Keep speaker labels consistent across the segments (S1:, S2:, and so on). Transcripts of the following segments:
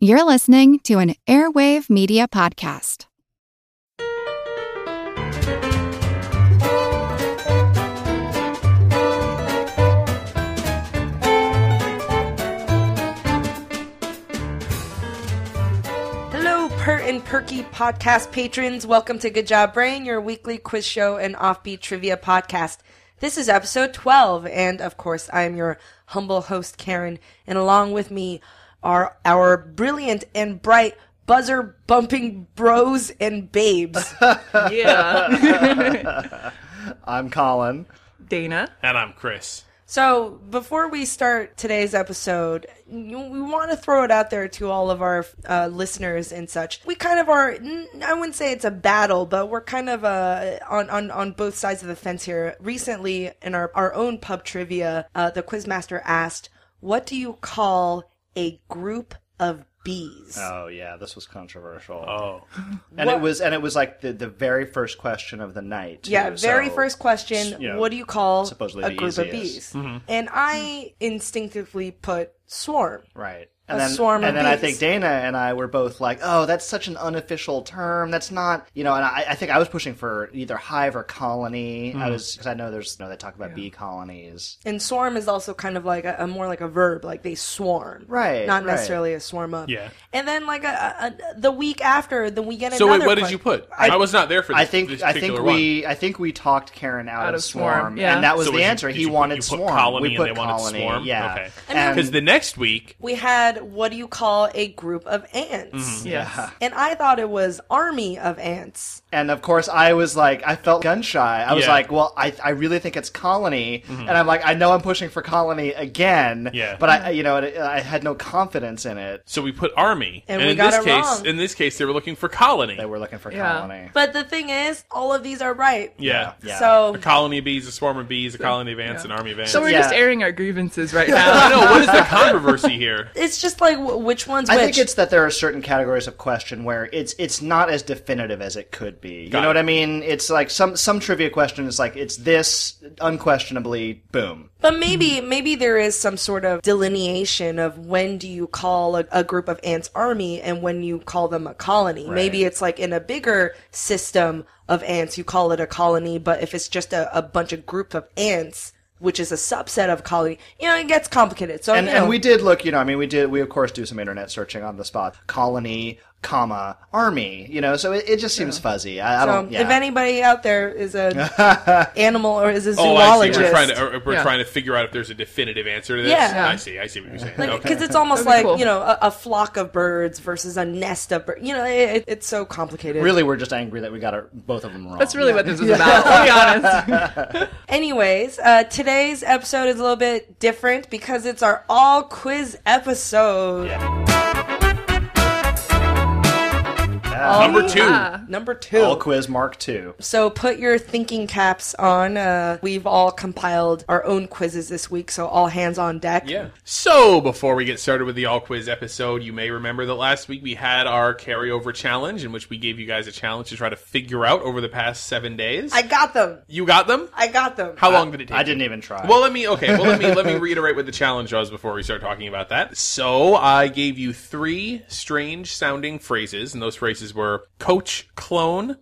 S1: You're listening to an Airwave Media Podcast.
S2: Hello, Pert and Perky podcast patrons. Welcome to Good Job Brain, your weekly quiz show and offbeat trivia podcast. This is episode 12, and of course, I'm your humble host, Karen, and along with me are our brilliant and bright buzzer bumping bros and babes.
S3: Yeah.
S4: I'm Colin.
S3: Dana.
S5: And I'm Chris.
S2: so, before we start today's episode, you- we want to throw it out there to all of our uh, listeners and such. We kind of are, n- I wouldn't say it's a battle, but we're kind of uh, on, on, on both sides of the fence here. Recently, in our, our own pub trivia, uh, the quizmaster asked, What do you call a group of bees?
S4: Oh yeah, this was controversial.
S5: Oh,
S4: and it was and it was like the, the very first question of the night. too,
S2: Yeah, very
S4: so-
S2: first question.
S4: you know,
S2: what do you call
S4: supposedly
S2: a
S4: the
S2: group of bees?
S4: easiest. Mm-hmm.
S2: And I instinctively put swarm.
S4: Right.
S2: A
S4: And then,
S2: swarm of
S4: and then I
S2: bees.
S4: think Dana and I were both like, "Oh, that's such an unofficial term. That's not, you know." And I, I think I was pushing for either hive or colony. I was because I know there's, you know, they talk about bee colonies.
S2: And swarm is also kind of like a, a more like a verb, like they swarm,
S4: Right,
S2: Not
S4: right.
S2: necessarily a swarm up.
S5: Yeah.
S2: And then like a, a, a- the week after, then we get
S5: so wait,
S2: another.
S5: what did
S2: que-
S5: you put? I, was not there for. This,
S4: I think
S5: this
S4: I think
S5: particular
S4: we I think we talked Karen out,
S3: Out
S4: of,
S3: of
S4: swarm,
S3: swarm, yeah.
S4: and that was
S5: So
S4: the
S5: was you-
S4: answer.
S5: did
S4: he
S5: you put-
S4: wanted
S5: you put
S4: swarm.
S5: colony
S4: we
S5: and
S4: put
S5: they wanted
S4: colony.
S5: swarm?
S4: Yeah.
S5: Okay.
S2: And-
S5: because the next week
S2: We had what do you call a group of ants?
S5: Mm-hmm.
S3: Yes.
S2: And I thought it was army of ants.
S4: And of course, I was like, I felt gun shy. I was
S5: Yeah. Mm-hmm.
S4: like, well, I, I really think it's colony, and I'm like, I know I'm pushing for colony again,
S5: Yeah.
S4: But I, you know, it, I had no confidence in it.
S5: so we put army,
S2: And
S5: and,
S2: we
S5: in
S2: got
S5: this
S2: it
S5: case,
S2: wrong.
S5: in this case, they were looking for colony.
S4: They were looking for
S3: Yeah.
S4: colony.
S2: But the thing is, all of these are right.
S5: yeah.
S4: Yeah.
S2: So
S5: a colony of bees, a swarm of bees, a colony of ants,
S3: Yeah.
S5: an army of ants.
S3: So we're
S4: Yeah.
S3: just airing our grievances right
S5: I
S3: now.
S5: know what is the controversy here?
S2: it's just like wh- which one's
S4: I
S2: which.
S4: think it's that there are certain categories of question where it's it's not as definitive as it could be. You
S5: Got
S4: know
S5: it.
S4: what I mean? It's like some some trivia question is like it's this unquestionably boom.
S2: But maybe
S5: Mm-hmm.
S2: maybe there is some sort of delineation of when do you call a, a group of ants army and when you call them a colony. Maybe it's like in a bigger system of ants you call it a colony, but if it's just a, a bunch of group of ants, which is a subset of colony, you know, it gets complicated. So
S4: And,
S2: you know,
S4: and we did look, you know, I mean, we did, we of course do some internet searching on the spot. Colony, comma, army, you know, so it, it just seems fuzzy. I, I
S2: so
S4: don't, yeah.
S2: um, if anybody out there is a animal or is a
S5: Oh, I see.
S2: zoologist,
S5: We're trying to uh, we're
S3: Yeah.
S5: trying to figure out if there's a definitive answer to this.
S2: Yeah.
S5: I see. I see what you're saying.
S2: Like,
S5: okay.
S2: because it's almost like
S3: That'd be cool.
S2: you know a, a flock of birds versus a nest of birds. You know, it, it- it's so complicated.
S4: really, we're just angry that we got our, both of them wrong.
S3: That's really what this was about. I'll be honest.
S2: Anyways, uh, today's episode is a little bit different because it's our all quiz episode. All-
S5: Number two.
S3: Ah.
S2: Number two.
S4: all quiz mark two.
S2: so put your thinking caps on. Uh, we've all compiled our own quizzes this week, so all hands on deck.
S5: Yeah. So before we get started with the all quiz episode, you may remember that last week we had our carryover challenge in which we gave you guys a challenge to try to figure out over the past seven days.
S2: I got them.
S5: you got them?
S2: I got them.
S5: How long did it take?
S4: I
S5: you?
S4: didn't even try.
S5: Well, let me okay. Well, let me let me reiterate what the challenge was before we start talking about that. So I gave you three strange sounding phrases, and those phrases were coach, clone,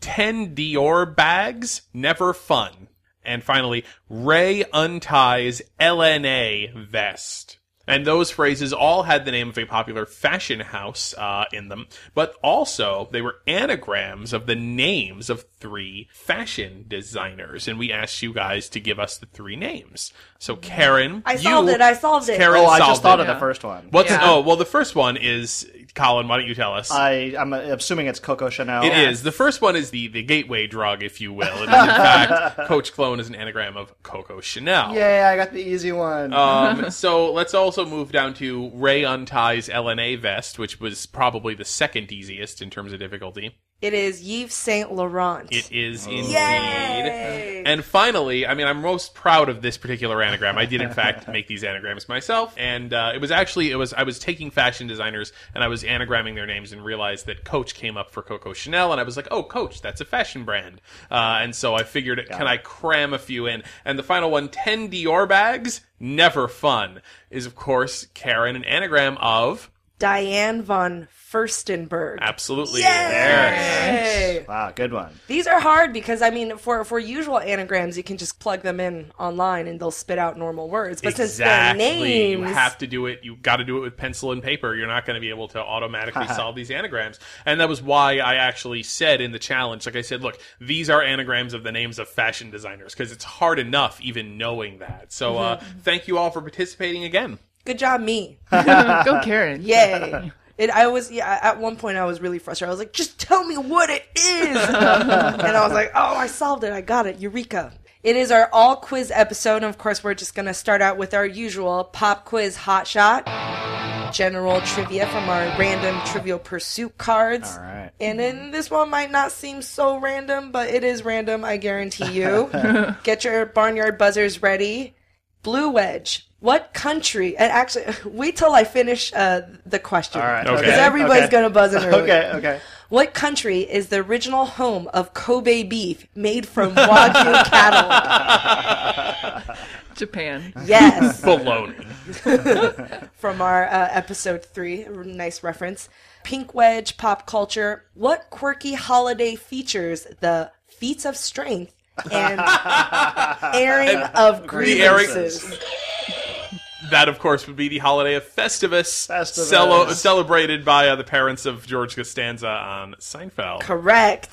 S5: ten Dior bags, never fun, and finally Ray unties LNA vest. And those phrases all had the name of a popular fashion house uh, in them, but also they were anagrams of the names of three fashion designers. And we asked you guys to give us the three names. So Karen,
S2: I
S5: you-
S2: solved it. I solved it.
S5: Karen
S4: oh, I
S5: solved
S4: just thought
S5: it.
S4: of the first one.
S5: What's
S3: Yeah.
S5: oh well, the first one is Colin. Why don't you tell us?
S4: I, I'm assuming it's Coco Chanel.
S5: It is The first one is the, the gateway drug, if you will. It is, in fact, Coach Clone is an anagram of Coco Chanel.
S4: Yay, I got the easy one.
S5: Um, so let's also move down to Ray unties LNA vest, which was probably the second easiest in terms of difficulty.
S2: It is Yves Saint Laurent.
S5: It is indeed.
S2: Yay!
S5: And finally, I mean, I'm most proud of this particular anagram. I did, in fact, make these anagrams myself, and uh, it was actually it was I was taking fashion designers and I was anagramming their names and realized that Coach came up for Coco Chanel, and I was like, oh, Coach, that's a fashion brand, uh, and so I figured, can I cram a few in? And the final one, ten Dior bags, never fun, is of course Karen, an anagram of
S2: Diane von Furstenberg.
S5: Absolutely.
S2: Yay!
S4: Wow, good one.
S2: These are hard because I mean, for for usual anagrams, you can just plug them in online and they'll spit out normal words. But since they're
S5: Exactly. You
S2: names,
S5: have to do it. You got to do it with pencil and paper. You're not going to be able to automatically solve these anagrams. And that was why I actually said in the challenge, like I said, look, these are anagrams of the names of fashion designers because it's hard enough even knowing that. So uh, thank you all for participating again.
S2: good job, me.
S3: Go Karen.
S2: Yay. It, I was yeah. At one point, I was really frustrated. I was like, "Just tell me what it is," and I was like, "Oh, I solved it. I got it. Eureka!" It is our all quiz episode. And of course, we're just gonna start out with our usual pop quiz hot shot, general trivia from our random Trivial Pursuit cards.
S4: All right.
S2: And then this one might not seem so random, but it is random. I guarantee you. Get your barnyard buzzers ready. Blue Wedge. What country? And actually, wait till I finish uh, the question.
S4: All right.
S5: Okay.
S2: Because everybody's going to buzz in early.
S4: Okay, okay.
S2: What country is the original home of Kobe beef made from Wagyu cattle?
S3: Japan.
S2: Yes.
S5: Baloney.
S2: From our uh, episode three. Nice reference. Pink Wedge pop culture. What quirky holiday features the feats of strength and airing of
S5: The
S2: grievances?
S5: Eric. That, of course, would be the holiday of Festivus,
S4: Festivus.
S5: celo- celebrated by uh, the parents of George Costanza on Seinfeld.
S2: Correct.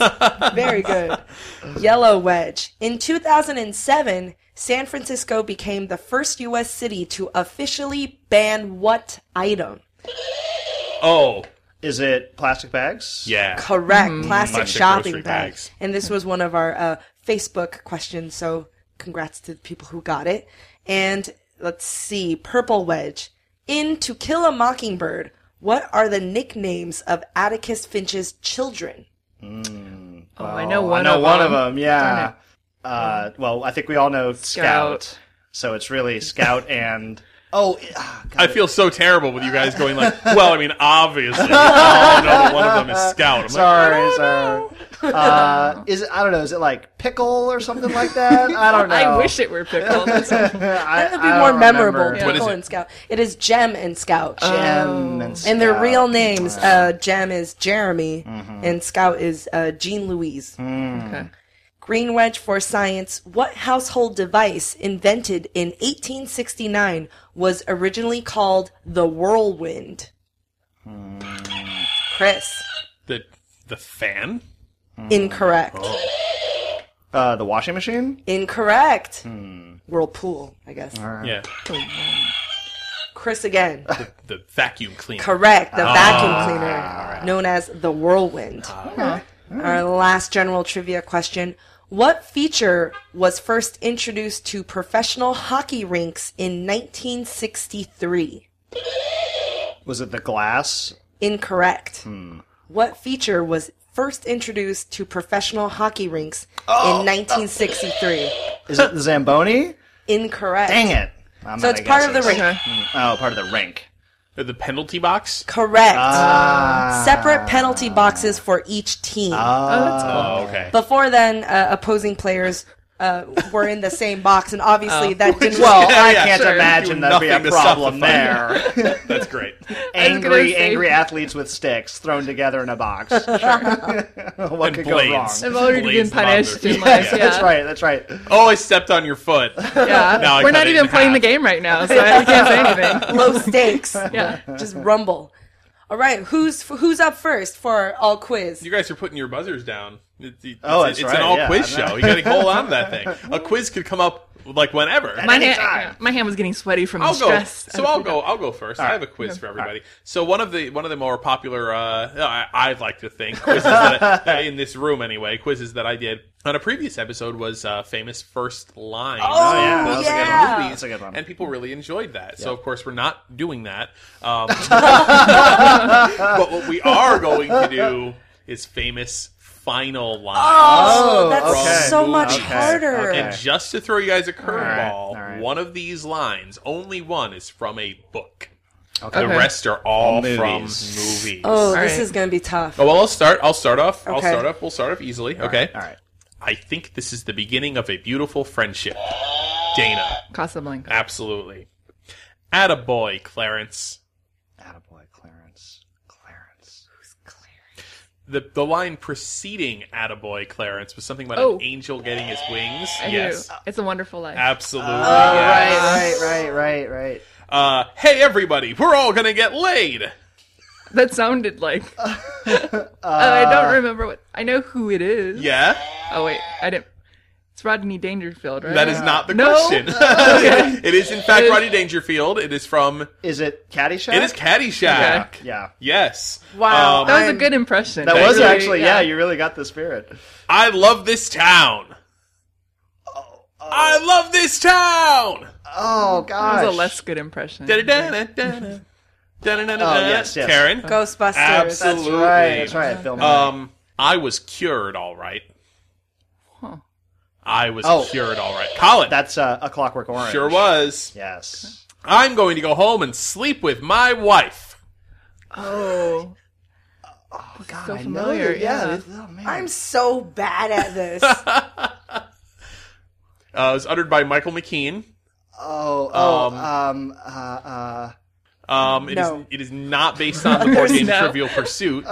S2: Very good. Yellow Wedge. In 2007, San Francisco became the first U.S. city to officially ban what item?
S5: Oh,
S4: Is it plastic bags?
S5: yeah.
S2: Correct.
S5: Mm-hmm.
S2: Plastic
S5: Plastic
S2: shopping
S5: grocery
S2: bags.
S5: bags.
S2: And this was one of our uh, Facebook questions, so congrats to the people who got it. And let's see, Purple Wedge. In To Kill a Mockingbird, what are the nicknames of Atticus Finch's children?
S3: Oh, I know
S4: I
S3: one.
S4: know
S3: of
S4: one
S3: them.
S4: of them. Yeah. Uh, well, I think we all know Scout.
S3: Scout.
S4: So it's really Scout and oh, it- ah, God,
S5: I feel so terrible with you guys going like, well, I mean, obviously, we all know that one of them is Scout. I'm like,
S4: sorry, sorry. Uh, is it, I don't know. Is it like pickle or something like that? I don't know.
S3: I wish it were pickle. That's a
S4: that
S2: That would be more memorable.
S5: What is
S2: Pickle
S5: it? Oh,
S2: and Scout. It is Gem and Scout.
S4: Gem and,
S2: And their
S4: Scout.
S2: real names, uh, Jem is Jeremy,
S5: Mm-hmm.
S2: and Scout is uh, Jean Louise.
S3: Okay.
S2: Green Wedge for science. What household device invented in 1869 was originally called the whirlwind? Chris,
S5: the the fan.
S2: incorrect.
S4: Uh, the washing machine.
S2: Incorrect. Whirlpool, I guess.
S4: Uh-huh.
S5: Yeah,
S2: Chris again.
S5: the vacuum cleaner.
S2: Correct. The vacuum cleaner, known as the whirlwind. Our last general trivia question. What feature was first introduced to professional hockey rinks in 1963?
S4: Was it the glass?
S2: Incorrect.
S4: Hmm.
S2: What feature was first introduced to professional hockey rinks
S4: Oh!
S2: in 1963?
S4: Is it the zamboni?
S2: Incorrect.
S4: Dang it! I'm
S2: So
S4: out
S2: it's part of the
S4: guesses.
S2: rink.
S3: Okay.
S4: Oh, part of the rink.
S5: The penalty box.
S2: Correct.
S4: Ah.
S2: Separate penalty boxes for each team.
S3: Oh, that's cool.
S5: Oh, okay.
S2: before then, uh, opposing players uh, were in the same box, and obviously that didn't.
S4: Well,
S5: Yeah,
S4: I
S5: yeah,
S4: can't
S5: sure.
S4: imagine
S5: Doing
S4: that'd be a
S5: nothing to stop the
S4: problem there.
S5: That's great.
S4: angry,
S3: say-
S4: angry athletes with sticks thrown together in a box. what
S5: And
S4: could go wrong?
S5: blades.
S3: I've already
S5: Blades
S3: been
S5: on their
S3: punished
S5: feet.
S3: in life.
S5: Yeah.
S3: Oh, Yeah,
S4: That's right. That's right.
S5: Oh, I stepped on your foot.
S3: Yeah.
S5: Now I
S3: We're
S5: cut
S3: not
S5: it
S3: even
S5: in
S3: playing the
S5: half.
S3: game right now, so I can't say anything.
S2: Low stakes,
S3: Yeah.
S2: just rumble. All right, who's who's up first for all quiz?
S5: You guys are putting your buzzers down. It, it,
S4: Oh, that's
S5: it's, it's
S4: right,
S5: an all
S4: yeah,
S5: quiz
S4: I know.
S5: show. You got to hold on to that thing. A quiz could come up like whenever.
S3: My hand,
S4: Anytime.
S3: my hand was getting sweaty from
S5: I'll
S3: the
S5: go.
S3: stress.
S5: So I'll go. I'll go first. I have a quiz for everybody. So one of the one of the more popular, uh, I, I like to think quizzes that I, in this room anyway, quizzes that I did on a previous episode was uh, famous first line.
S2: Oh,
S4: yeah,
S5: Those
S2: yeah.
S5: are good movies,
S4: That's a good one.
S5: and people really enjoyed that. So of course we're not doing that. Um, but what we are going to do is famous final line.
S2: Oh, that's
S5: okay.
S2: so much
S5: Okay,
S2: harder.
S4: okay.
S5: And just to throw you guys a curveball,
S4: all right.
S5: one of these lines, only one, is from a book.
S4: Okay.
S5: The rest are all
S4: All
S5: from
S4: movies.
S5: movies.
S2: Oh, this
S3: right.
S2: is gonna be tough.
S5: Oh, well, I'll start. I'll start off. I'll
S2: Okay.
S5: start off. We'll start off easily. okay.
S4: All right.
S5: I think this is the beginning of a beautiful friendship. Dana.
S3: Casablanca.
S5: Absolutely. Attaboy, Clarence.
S4: Attaboy, Clarence.
S5: the the line preceding "Attaboy, Clarence" was something about
S3: Oh.
S5: an angel getting his wings.
S3: I
S5: Uh, yes,
S3: do. It's a wonderful life.
S5: absolutely.
S4: Oh, right,
S5: yes.
S4: right, right, right, right.
S5: Uh, hey, everybody, we're all gonna get laid.
S3: that sounded like. Oh, I don't remember what. I know who it is.
S5: Yeah,
S3: Oh wait, I didn't. It's Rodney Dangerfield, right?
S5: that is not the
S3: No.
S5: question. it is in fact
S3: It is-
S5: Roddy Dangerfield. It is from.
S4: Is it Caddyshack?
S5: It is Caddyshack.
S4: Yeah.
S5: Yes.
S2: Wow.
S5: Um,
S3: That was a
S2: I'm-
S3: good impression.
S4: That
S5: Thank
S4: was
S5: you.
S4: actually, yeah. you really got the spirit.
S5: I love this town. I love this town.
S4: Oh,
S3: That
S4: gosh.
S3: was a less good impression.
S5: Da-da-da-da-da. Da-da-da-da-da.
S4: Oh, yes, yes.
S5: Karen.
S2: Ghostbusters.
S5: Absolutely.
S4: That's right, that's right. Film.
S5: Um, I was cured all right.
S3: Huh.
S5: I was
S4: Oh.
S5: cured all right. Colin,
S4: that's uh, A Clockwork Orange.
S5: sure was.
S4: Yes.
S5: I'm going to go home and sleep with my wife.
S3: Oh,
S4: Oh, God,
S3: so
S4: I know
S3: familiar,
S4: that- Yeah.
S3: yeah.
S4: it- Oh, man.
S2: I'm so bad at this.
S5: Uh, it was uttered by Michael McKean.
S4: Oh, oh,
S5: Um,
S4: um, uh, uh,
S5: Um, it is
S2: No.
S5: it is not based on the board
S3: There's
S5: game
S3: no-
S5: Trivial Pursuit.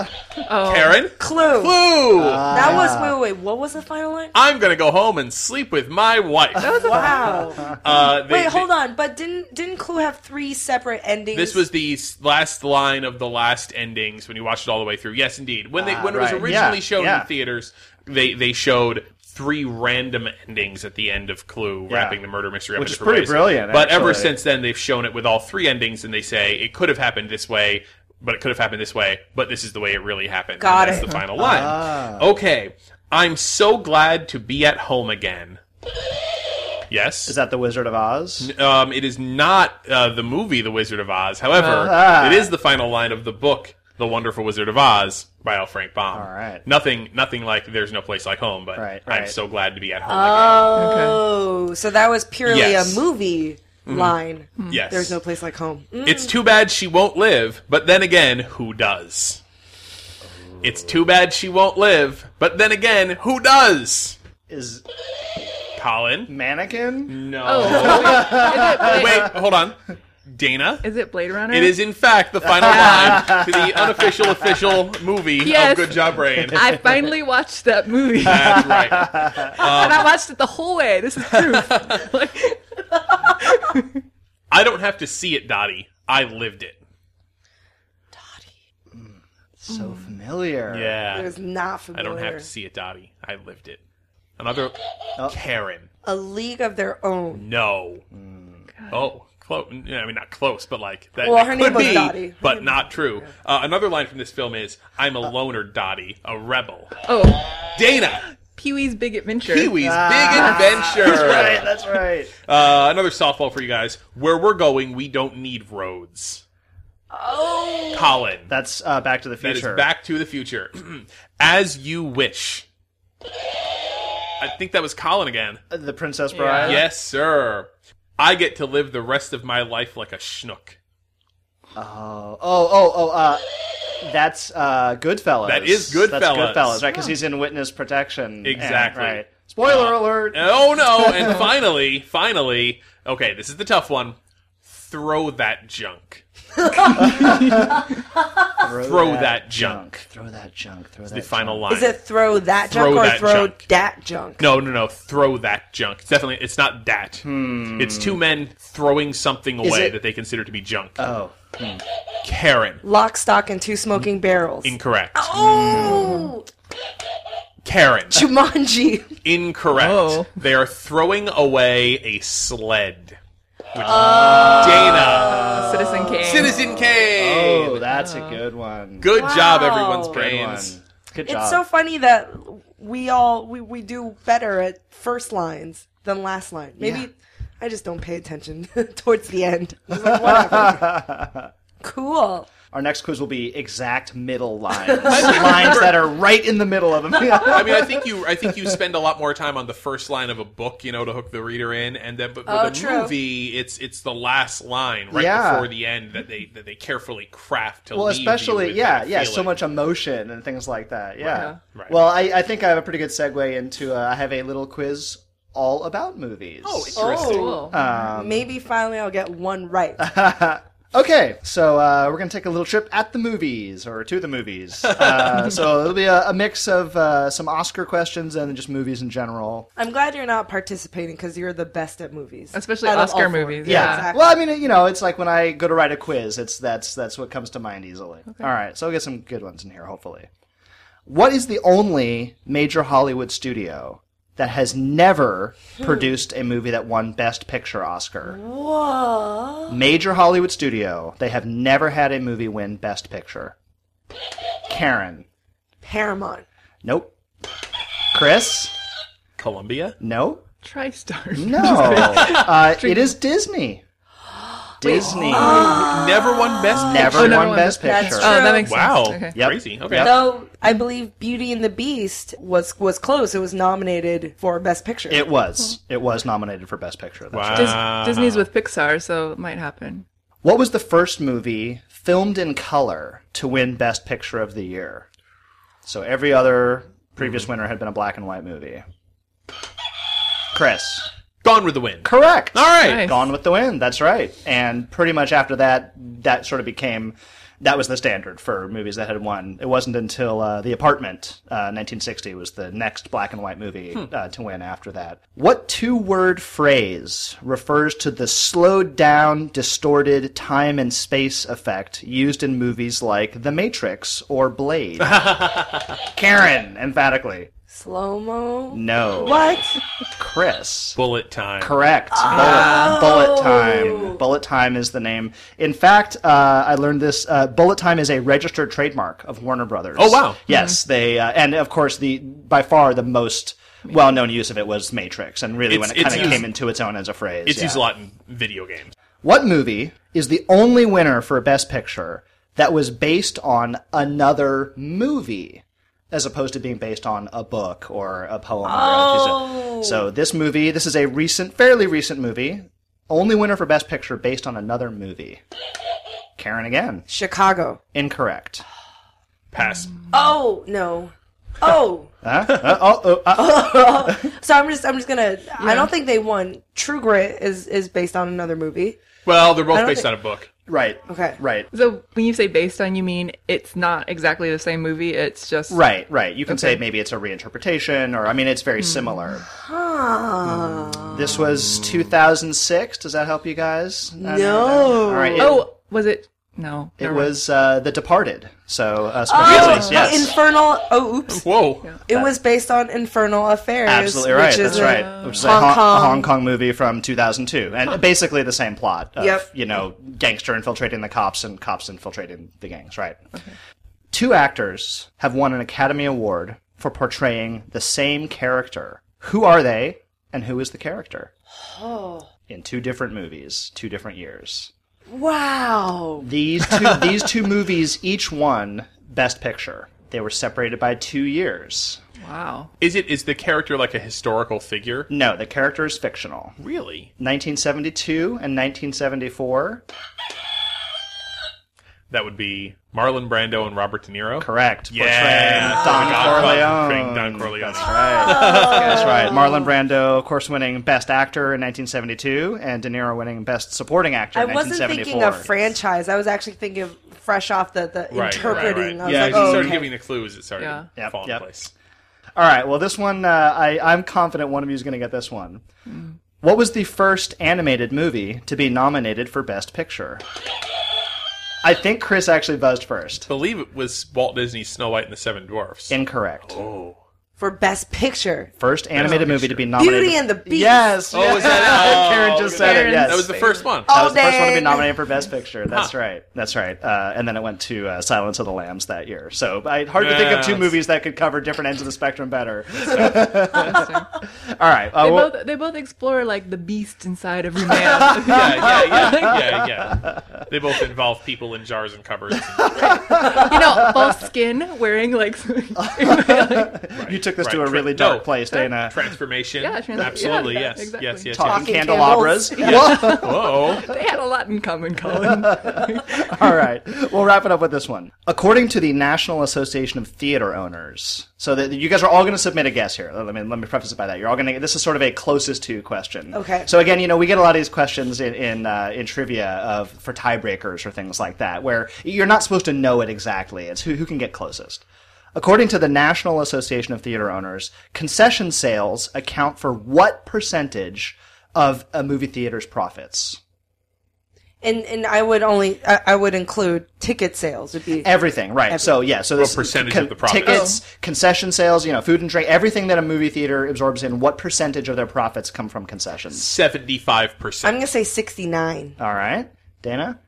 S3: oh.
S5: Karen,
S2: Clue.
S5: clue.
S2: That was
S4: Ah.
S2: wait, wait, wait, what was the final line?
S5: I'm gonna go home and sleep with my wife.
S2: Wow.
S5: Uh, they-
S2: wait,
S5: they-
S2: hold on. But didn't didn't Clue have three separate endings?
S5: This was the s- last line of the last endings when you watched it all the way through. Yes, indeed. When they
S4: Ah,
S5: when it was
S4: right.
S5: originally
S4: Yeah,
S5: shown
S4: yeah.
S5: in theaters, they they showed three random endings at the end of Clue, wrapping the murder mystery up
S4: Which
S5: in
S4: is
S5: different
S4: pretty
S5: ways.
S4: brilliant,
S5: But ever
S4: actually.
S5: since then, they've shown it with all three endings, and they say it could have happened this way, but it could have happened this way, but this is the way it really happened.
S2: Got
S5: and that's
S2: it.
S5: the final line.
S4: Ah.
S5: Okay, I'm so glad to be at home again. Yes,
S4: is that The Wizard of Oz?
S5: um, it is not uh, the movie The Wizard of Oz. However,
S4: Ah.
S5: it is the final line of the book The Wonderful Wizard of Oz by L. Frank Baum.
S4: All right.
S5: Nothing, nothing like There's No Place Like Home, but
S4: Right,
S5: I'm
S4: right.
S5: so glad to be at home
S2: Oh, so that was purely
S5: Yes.
S2: a movie line.
S5: again. Yes.
S2: There's no place like home. Mm.
S5: It's too bad she won't live, but then again, who does? It's too bad she won't live, but then again, who does?
S4: Is
S5: Colin?
S4: Mannequin?
S5: No.
S3: Is, it Blade,
S5: Wait, hold on. Dana?
S3: is it Blade Runner?
S5: It is, in fact, the final line to the unofficial official movie
S3: Yes.
S5: of Good Job Brain.
S3: I finally watched that movie,
S5: That's right.
S3: and I watched it the whole way. This is proof. like,
S5: I don't have to see it, Dottie. I lived it.
S4: So familiar.
S2: It
S5: Yeah.
S2: was not familiar.
S5: I don't have to see it, Dottie. I lived it. Another
S4: Oh.
S5: Karen.
S2: A league of their own.
S5: No. Oh, close. I mean, not close, but like that.
S2: Mm. Well,
S5: that
S2: her
S5: could
S2: name was
S5: be,
S2: Dottie. Uh. Her
S5: but
S2: name
S5: not true. Uh, another line from this film is, "I'm a loner, Dottie, a rebel."
S3: oh,
S5: Dana,
S3: Pee Wee's Big Adventure.
S5: Pee Wee's
S4: Ah.
S5: Big Adventure.
S4: Right, that's right.
S5: Uh, another softball for you guys. Where we're going, we don't need roads. Oh, Colin,
S4: That's uh, Back to the
S5: that is
S4: Future.
S5: Back to the Future. As you wish. I think that was Colin again.
S4: Uh, The Princess Bride.
S3: Yeah.
S5: Yes, sir. I get to live the rest of my life like a schnook.
S4: Oh, oh, oh, oh. Uh, that's uh, Goodfellas.
S5: That is
S4: That's
S5: Goodfellas.
S4: Goodfellas, right? Because he's in witness protection. and-
S5: Exactly.
S4: right. Spoiler alert.
S5: Oh no! And finally, finally, okay, this is the tough one. Throw that junk. Throw that junk.
S4: Throw that junk. Throw that.
S5: The final line.
S2: Is it throw that
S5: Mm. Throw
S2: junk or
S5: that
S2: throw
S5: junk.
S2: that junk?
S5: No, no, no. Throw that junk. It's definitely, it's not that. It's two men throwing something away
S4: it-
S5: that they consider to be junk.
S4: Oh.
S5: Karen.
S2: Lock, stock, and two smoking barrels.
S5: Incorrect.
S2: oh,
S5: Karen.
S2: Jumanji.
S5: Incorrect.
S3: Oh.
S5: They are throwing away a sled. Which
S2: Oh.
S5: Dana.
S3: Citizen Kane.
S5: Citizen Kane.
S4: Oh, that's
S2: uh,
S4: a good one.
S5: Oh. Good job,
S2: Wow.
S5: everyone's
S2: Good
S4: Good one.
S5: brains.
S4: Good job.
S2: It's so funny that we all we, we do better at first lines than last line. Maybe I just don't pay attention towards the end. It's like, whatever. cool.
S4: Our next quiz will be exact middle lines. lines that are right in the middle of them.
S5: I mean, I think you, I think you spend a lot more time on the first line of a book, you know, to hook the reader in, and then, but with
S2: Oh,
S5: a
S2: true.
S5: movie, it's it's the last line right
S4: Yeah.
S5: before the end that they that they carefully craft to
S4: well,
S5: leave you
S4: especially
S5: with
S4: yeah,
S5: that
S4: yeah, so
S5: feeling.
S4: much emotion and things like that. Yeah.
S3: Right.
S5: Right.
S4: Well, I, I think I have a pretty good segue into. Uh, I have a little quiz all about movies.
S5: Oh, interesting.
S2: Oh,
S3: Cool.
S2: maybe finally I'll get one right.
S4: Okay, so uh, we're going to take a little trip at the movies, or to the movies. Uh, so it'll be a, a mix of uh, some Oscar questions and just movies in general.
S2: I'm glad you're not participating because you're the best at movies,
S3: Especially
S2: Out of
S3: Oscar
S2: all four.
S3: movies,
S4: Yeah.
S3: yeah.
S2: exactly.
S4: Well, I mean, you know, it's like when I go to write a quiz. It's that's that's what comes to mind easily. All right, so I'll get some good ones in here, hopefully. What is the only major Hollywood studio that has never
S2: Hmm.
S4: produced a movie that won Best Picture Oscar?
S2: Whoa.
S4: Major Hollywood studio. They have never had a movie win Best Picture. Karen.
S2: Paramount.
S4: Nope. Chris.
S5: Columbia?
S4: No.
S3: TriStar.
S4: No. Uh, it is Disney. Disney.
S5: Never won Best
S4: Uh, Never
S5: Picture.
S3: Oh, never
S4: won
S3: won
S4: Best
S2: Best
S4: Picture.
S2: Picture.
S3: Oh, that makes
S5: Wow.
S3: sense. Okay.
S4: Yep.
S5: Crazy. Okay.
S2: Though I believe Beauty and the Beast was was close. It was nominated for Best Picture.
S4: It was. It was nominated for Best Picture. That's right.
S3: Dis-
S5: Wow.
S3: Disney's with Pixar, so it might happen.
S4: What was the first movie filmed in color to win Best Picture of the year? So every other previous winner had been a black and white movie. Chris.
S5: Gone with the Wind.
S4: Correct.
S5: All right.
S3: Nice.
S4: Gone with the Wind. That's right. And pretty much after that, that sort of became that was the standard for movies that had won. It wasn't until uh, The Apartment, uh, 1960, was the next black and white movie uh, to win after that. What two-word phrase refers to the slowed down, distorted time and space effect used in movies like The Matrix or Blade? Karen, emphatically.
S2: Slow mo.
S4: No.
S2: What?
S4: Chris.
S5: Bullet Time.
S4: Correct. Bullet, bullet time. Bullet time is the name. In fact, uh, I learned this. Uh, bullet time is a registered trademark of Warner Brothers.
S5: Oh, wow.
S4: Yes, they uh, and of course the by far the most well-known use of it was Matrix, and really when
S5: It's-
S4: it
S5: it's
S4: kind of
S5: used-
S4: came into its own as a phrase.
S5: It's
S4: yeah.
S5: used a lot in video games.
S4: What movie is the only winner for Best Picture that was based on another movie? As opposed to being based on a book or a poem. Oh. So this movie, this is a recent, fairly recent movie, only winner for Best Picture based on another movie. Karen again,
S2: Chicago.
S4: incorrect.
S5: Pass.
S2: Oh no. Oh.
S4: Huh? Uh, oh, oh, uh,
S2: So I'm just I'm just gonna. I don't think they won. True Grit is is based on another movie.
S5: Well, they're both
S2: don't
S5: based
S2: thi-
S5: on a book.
S4: right.
S2: Okay.
S4: Right.
S3: So when you say based on, you mean it's not exactly the same movie. It's just
S4: Right, right. You can say maybe it's a reinterpretation, or I mean, it's
S2: Hmm.
S4: very similar.
S2: Ah.
S4: This was 2006. Does that help you guys? I
S2: No.
S4: don't know. All right. It,
S3: Oh, was it? No,
S4: it
S3: never mind.
S4: was uh, The Departed. So uh, special
S2: Oh,
S4: release, yes.
S2: Infernal. Oh, oops.
S5: Whoa.
S2: It was based on Infernal Affairs.
S4: Absolutely right.
S2: Which is
S4: That's
S2: a-
S4: right. Which is a
S2: Hong
S4: Hong,
S2: Kong.
S4: a Hong Kong movie from 2002, and basically the same plot of
S2: Yep.
S4: you know gangster infiltrating the cops and cops infiltrating the gangs. Right. Two actors have won an Academy Award for portraying the same character. Who are they, and who is the character?
S2: Oh.
S4: In two different movies, two different years.
S2: Wow.
S4: These two, these two movies each won Best Picture. They were separated by two years.
S3: wow.
S5: Is it is the character like a historical figure?
S4: No, the character is fictional.
S5: Really?
S4: 1972 and 1974.
S5: That would be Marlon Brando and Robert De Niro.
S4: Correct.
S5: Yeah.
S4: Portraying Don
S5: Godfather,
S4: Corleone.
S5: Don Corleone.
S4: That's right. That's
S2: Oh.
S4: right. Marlon Brando, of course, winning Best Actor in 1972, and De Niro winning Best Supporting Actor
S2: I
S4: in
S2: wasn't thinking
S4: 1974.
S2: of franchise. I was actually thinking of fresh off the, the
S5: Right,
S2: interpreting.
S5: Right, right.
S2: I was
S5: yeah,
S2: like,
S5: as you
S2: oh,
S5: started
S2: okay.
S5: giving the clues, it started
S3: Yeah.
S5: to
S4: Yep,
S5: fall in
S4: yep.
S5: place.
S4: All right. Well, this one, uh, I, I'm confident one of you is going to get this one.
S2: Hmm.
S4: What was the first animated movie to be nominated for Best Picture? I think Chris actually buzzed first.
S5: believe it was Walt Disney's Snow White and the Seven Dwarfs.
S4: Incorrect.
S5: oh.
S2: for best picture.
S4: First animated movie to be nominated.
S2: Beauty and the Beast.
S4: Yes.
S5: Oh, was that- oh,
S4: Karen just said it.
S3: Karen's
S4: Yes.
S5: That was the first one.
S4: That was the first one to be
S2: Dang.
S4: nominated for Best Picture. That's right. That's right. Uh, and then it went to uh, Silence of the Lambs that year. So I hard to think of two
S5: Yes.
S4: movies that could cover different ends of the spectrum better. All right. Uh,
S3: They
S4: well,
S3: both they both explore like the beast inside every man.
S5: yeah, yeah, yeah, yeah, yeah. They both involve people in jars and cupboards.
S3: you know, false skin, wearing like.
S4: you took this
S5: Right,
S4: to a
S5: tra-
S4: really dark
S5: no.
S4: place, Dana.
S5: transformation.
S3: Yeah, trans-
S5: Absolutely,
S3: yeah,
S5: yes.
S3: exactly.
S5: yes, yes, yes,
S4: Talking
S2: Talking
S4: candelabras. Whoa.
S5: Whoa.
S3: They had a lot in common, Colin.
S4: All right, we'll wrap it up with this one. According to the National Association of Theater Owners, so that you guys are all going to submit a guess here. Let me let me preface it by that. You're all going to. This is sort of a closest to question.
S2: Okay.
S4: So again, you know, we get a lot of these questions in in, uh, in trivia of for tiebreakers or things like that, where you're not supposed to know it exactly. It's who who can get closest. According to the National Association of Theater Owners, concession sales account for what percentage of a movie theater's profits?
S2: And and I would only I, I would include ticket sales would be
S4: Everything, Oh. right? So yeah, so this
S5: percentage of the profits?
S4: tickets, concession sales, you know, food and drink, everything that a movie theater absorbs in. What percentage of their profits come from concessions?
S5: Seventy-five
S2: I'm
S5: percent.
S2: gonna say 69.
S4: All right, Dana,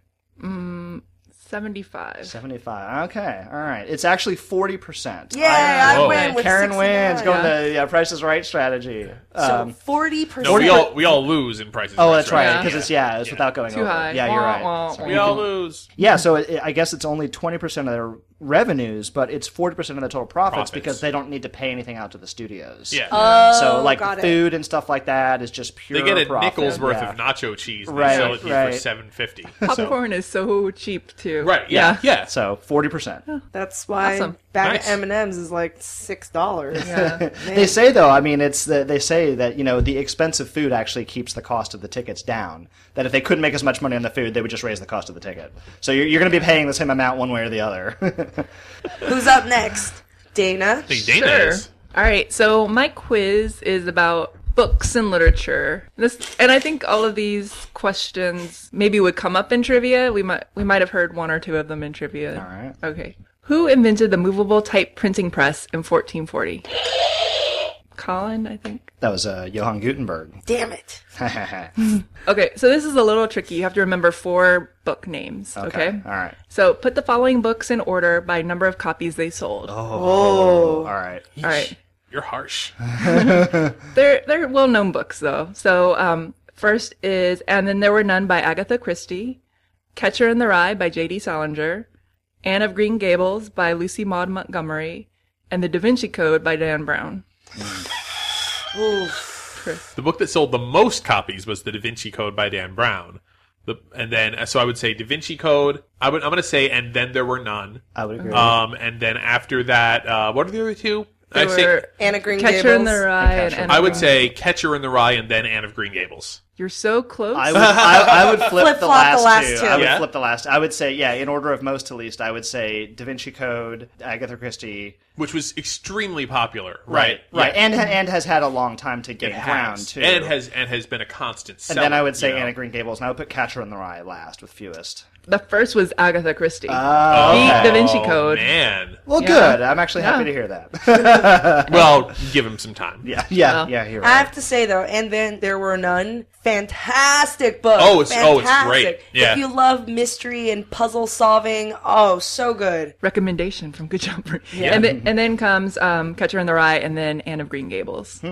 S3: 75.
S4: seventy-five. Okay, all right. It's actually forty percent.
S2: Yay, I
S5: Whoa.
S2: win with
S4: Karen
S2: 69.
S4: wins, going to yeah, Price is Right strategy.
S2: So
S4: Um,
S2: 40%.
S5: No, we all we all lose in prices.
S4: oh, that's right,
S3: Yeah.
S4: because it's yeah, it's without going
S3: Too
S4: over.
S3: high.
S4: Yeah, you're
S3: Wah,
S4: right.
S3: wah,
S4: So
S5: We
S4: you
S5: all
S4: can-
S5: lose.
S4: Yeah, so it, I guess it's only 20% of their revenues, but it's 40% of their total profits,
S5: Profits.
S4: because they don't need to pay anything out to the studios.
S5: Yeah.
S4: so
S2: Oh,
S4: like
S2: got it.
S4: food and stuff like that is just pure
S5: they get a
S4: profit.
S5: nickel's worth
S4: Yeah.
S5: of nacho cheese. and They
S4: Right,
S5: sell it here
S4: right.
S5: for seven fifty.
S3: Popcorn is so cheap, too.
S5: Right. Yeah. Yeah.
S4: So 40%.
S2: That's why
S3: Awesome.
S2: bag
S5: Nice.
S2: of M&Ms is like $6.
S3: Yeah.
S4: They say though, I mean, it's the, they say that you know the expensive food actually keeps the cost of the tickets down. That if they couldn't make as much money on the food, they would just raise the cost of the ticket. So you're, you're going to be paying the same amount one way or the other.
S2: Who's up next? Dana.
S5: I think Dana
S3: Sure.
S5: is.
S3: All right. So my quiz is about books and literature. This, and I think all of these questions maybe would come up in trivia. We might we might have heard one or two of them in trivia. All
S4: right.
S3: Okay. Who invented the movable type printing press in 1440? Colin, I think.
S4: that was uh, Johann Gutenberg.
S2: Damn it.
S3: Okay, so this is a little tricky. You have to remember four book names. Okay.
S4: All right.
S3: So put the following books in order by number of copies they sold. All
S2: Oh.
S4: All right.
S3: right.
S5: You're harsh.
S3: They're they're well known books though. So um, first is and then there were none by Agatha Christie, Catcher in the Rye by J.D. Salinger, Anne of Green Gables by Lucy Maud Montgomery, and The Da Vinci Code by Dan Brown.
S5: The book that sold the most copies was The Da Vinci Code by Dan Brown. The, and then, uh, so I would say Da Vinci Code. I would, I'm going to say, and then there were none.
S4: I would agree.
S5: Um, and then after that, uh, what are the other two? I
S3: There
S5: say,
S3: were
S2: Anna Green
S3: Catcher
S2: Gables.
S3: in uh, the Rye and, Anne of
S5: I would
S3: Green-
S5: say Catcher in the Rye and then Anne of Green Gables.
S3: you're so close.
S4: I would, I, I would flip, the,
S2: Flip-flop
S4: last
S2: the last
S4: two.
S2: two.
S4: I would
S5: Yeah.
S4: flip the last. I would say, yeah, in order of most to least, I would say Da Vinci Code, Agatha Christie,
S5: Which was extremely popular, right?
S4: right,
S5: Yeah.
S4: and and has had a long time to get
S5: It
S4: ground
S5: has.
S4: too,
S5: and has and has been a constant.
S4: And
S5: Seller,
S4: then I would say
S5: you know?
S4: Anna Green Gables, and I would put Catcher in the Rye last with fewest.
S3: the first was Agatha Christie.
S4: Uh,
S3: Beat Da Vinci
S5: Oh,
S3: Code.
S5: man.
S4: well,
S3: Yeah.
S4: good. I'm actually happy
S3: Yeah.
S4: to hear that.
S5: Well, give him some time.
S4: yeah, yeah,
S3: Well.
S4: yeah. You're
S2: I
S4: right.
S2: have to say though, and then there were none. Fantastic book.
S5: Oh, it's- oh, it's great.
S2: Fantastic.
S5: Yeah.
S2: If you love mystery and puzzle solving, oh, so good.
S3: Recommendation from Good Jumper. And, then, and then comes um, Catcher in the Rye and then Anne of Green Gables.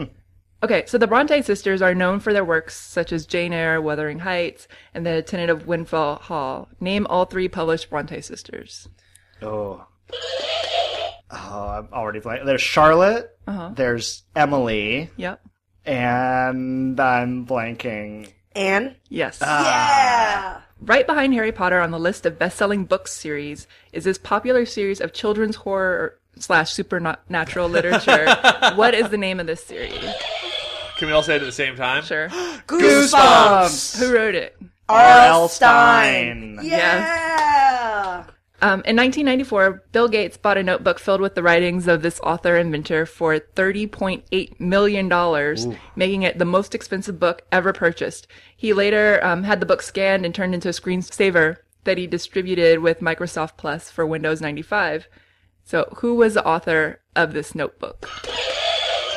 S3: Okay, so the Bronte sisters are known for their works such as Jane Eyre, Wuthering Heights, and The Tenant of Winfell Hall. Name all three published Bronte sisters.
S4: Oh. Oh, I'm already blank. There's Charlotte.
S3: Uh-huh.
S4: There's Emily,
S3: Yep.
S4: and I'm blanking.
S2: Anne.
S3: Yes.
S2: Yeah.
S3: Right behind Harry Potter on the list of best-selling books series is this popular series of children's horror slash supernatural literature. what is the name of this series?
S5: Can we all say it at the same time?
S3: Sure.
S2: Goosebumps.
S3: Who wrote it?
S2: R.L.
S4: R.L.
S2: Stein.
S4: Stein.
S2: Yeah.
S3: Um, in 1994, Bill Gates bought a notebook filled with the writings of this author inventor for 30.8 million dollars, making it the most expensive book ever purchased. He later um, had the book scanned and turned into a screensaver that he distributed with Microsoft Plus for Windows 95. So, who was the author of this notebook?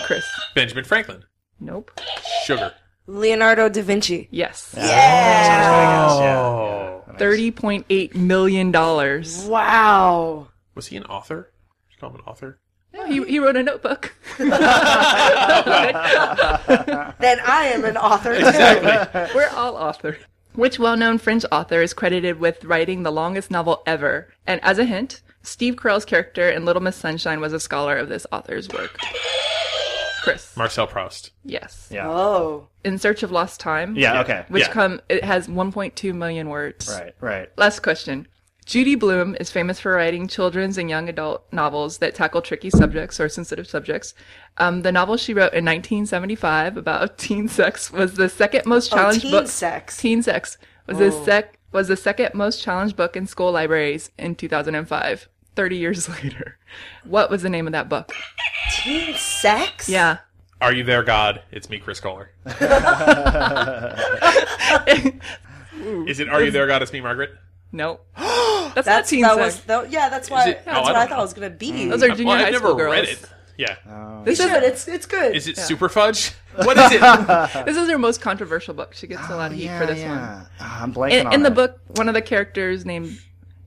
S3: Chris.
S5: Benjamin Franklin.
S3: Nope.
S5: Sugar.
S2: Leonardo da Vinci.
S3: Yes.
S5: Oh.
S3: 30.8 million dollars.
S2: Wow.
S5: Was he an author? Did you call him an author?
S3: He, he wrote a notebook.
S2: Then I am an author. too.
S3: We're all authors. Which well known French author is credited with writing the longest novel ever? And as a hint, Steve Carell's character in Little Miss Sunshine was a scholar of this author's work. Chris.
S5: Marcel Proust.
S3: Yes.
S4: Yeah.
S2: Oh.
S3: In Search of Lost Time.
S4: Yeah. Okay.
S3: Which
S5: Yeah.
S3: come it has 1.2 million words.
S4: Right. Right.
S3: Last question. Judy Bloom is famous for writing children's and young adult novels that tackle tricky subjects or sensitive subjects. Um, the novel she wrote in 1975 about teen sex was the second most challenged
S2: Oh, teen
S3: book.
S2: sex. Oh.
S3: Teen sex was the sec was the second most challenged book in school libraries in 2005. 30 years later. What was the name of that book?
S2: Teen sex?
S3: Yeah.
S5: Are you there, God? It's me, Chris Kohler. Is it Are You There, God? It's me, Margaret?
S3: Nope. That's, not
S2: That's
S3: teen
S2: that
S3: sex.
S2: was tho- yeah. That's why.
S5: it-
S2: That's
S5: oh, I
S2: what I,
S5: don't
S2: thought
S5: know.
S2: it was gonna be.
S4: Hmm.
S3: Those are junior
S5: Well,
S3: high
S5: I've never
S3: school girls.
S5: read it. Yeah.
S4: Oh.
S2: you should. It's it's good.
S5: Is it Super Fudge? What is it?
S3: This is her most controversial book. She gets a lot of heat for this one.
S4: Ah, I'm blanking
S3: In,
S4: on
S3: in the
S4: it.
S3: book, one of the characters named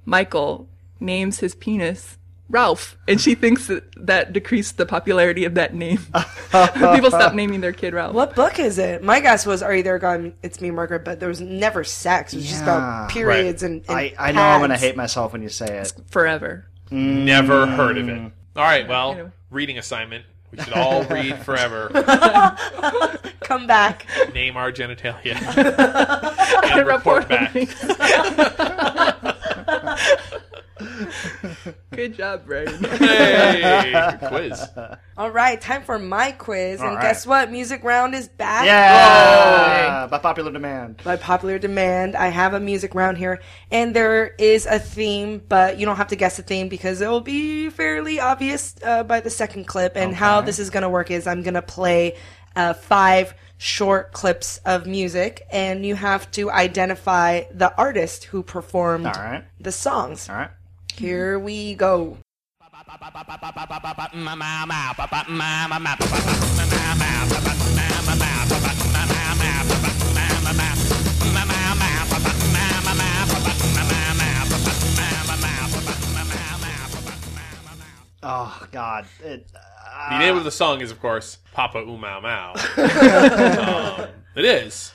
S3: Michael names his penis Ralph, and she thinks that that decreased the popularity of that name. People stopped naming their kid Ralph.
S2: What book is it? My guess was Are You There, God? It's Me, Margaret. But there was never sex. It was just
S4: Yeah.
S2: about periods and, and
S4: I, I know I'm gonna
S2: pads.
S4: hate myself when you say it.
S3: Forever.
S5: Never heard of
S4: Mm.
S5: it. All right, well,
S3: Anyway.
S5: reading assignment. We should all read forever.
S2: Come back.
S5: name our genitalia and report back.
S3: Good job, Brian.
S5: Hey, good quiz.
S2: All right, time for my quiz.
S4: All
S2: and
S4: right.
S2: guess what? Music round is back.
S4: Yeah, by popular demand.
S2: By popular demand, I have a music round here, and there is a theme, but you don't have to guess the theme because it will be fairly obvious uh, by the second clip. And how this is going to work is I'm going to play uh, five short clips of music, and you have to identify the artist who performed
S4: All right.
S2: the songs.
S4: All right.
S2: Here we go.
S4: Oh God. It, uh,
S5: The name of the song is, of course, Papa Umau Mau. um, it is.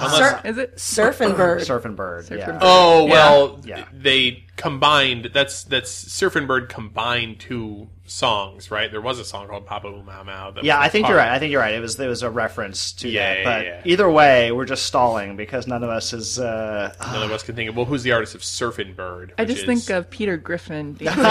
S5: Unless,
S2: Sir-
S3: Is it?
S2: Surf and Bird.
S4: Surfing Bird. yeah.
S3: Bird.
S5: oh well,
S4: Yeah.
S5: they combined. That's that's Surf and Bird combined two songs, right? There was a song called Papa Umau Mau. that
S4: Yeah,
S5: was
S4: I think
S5: part-
S4: you're right. I think you're right. It was it was a reference to
S5: Yeah,
S4: that.
S5: yeah,
S4: But
S5: yeah.
S4: either way, we're just stalling because none of us is. Uh,
S5: None of us can think of well, who's the artist of Surf and Bird?
S3: I
S5: which
S3: just
S5: is-
S3: think of Peter Griffin. being-
S2: Bird,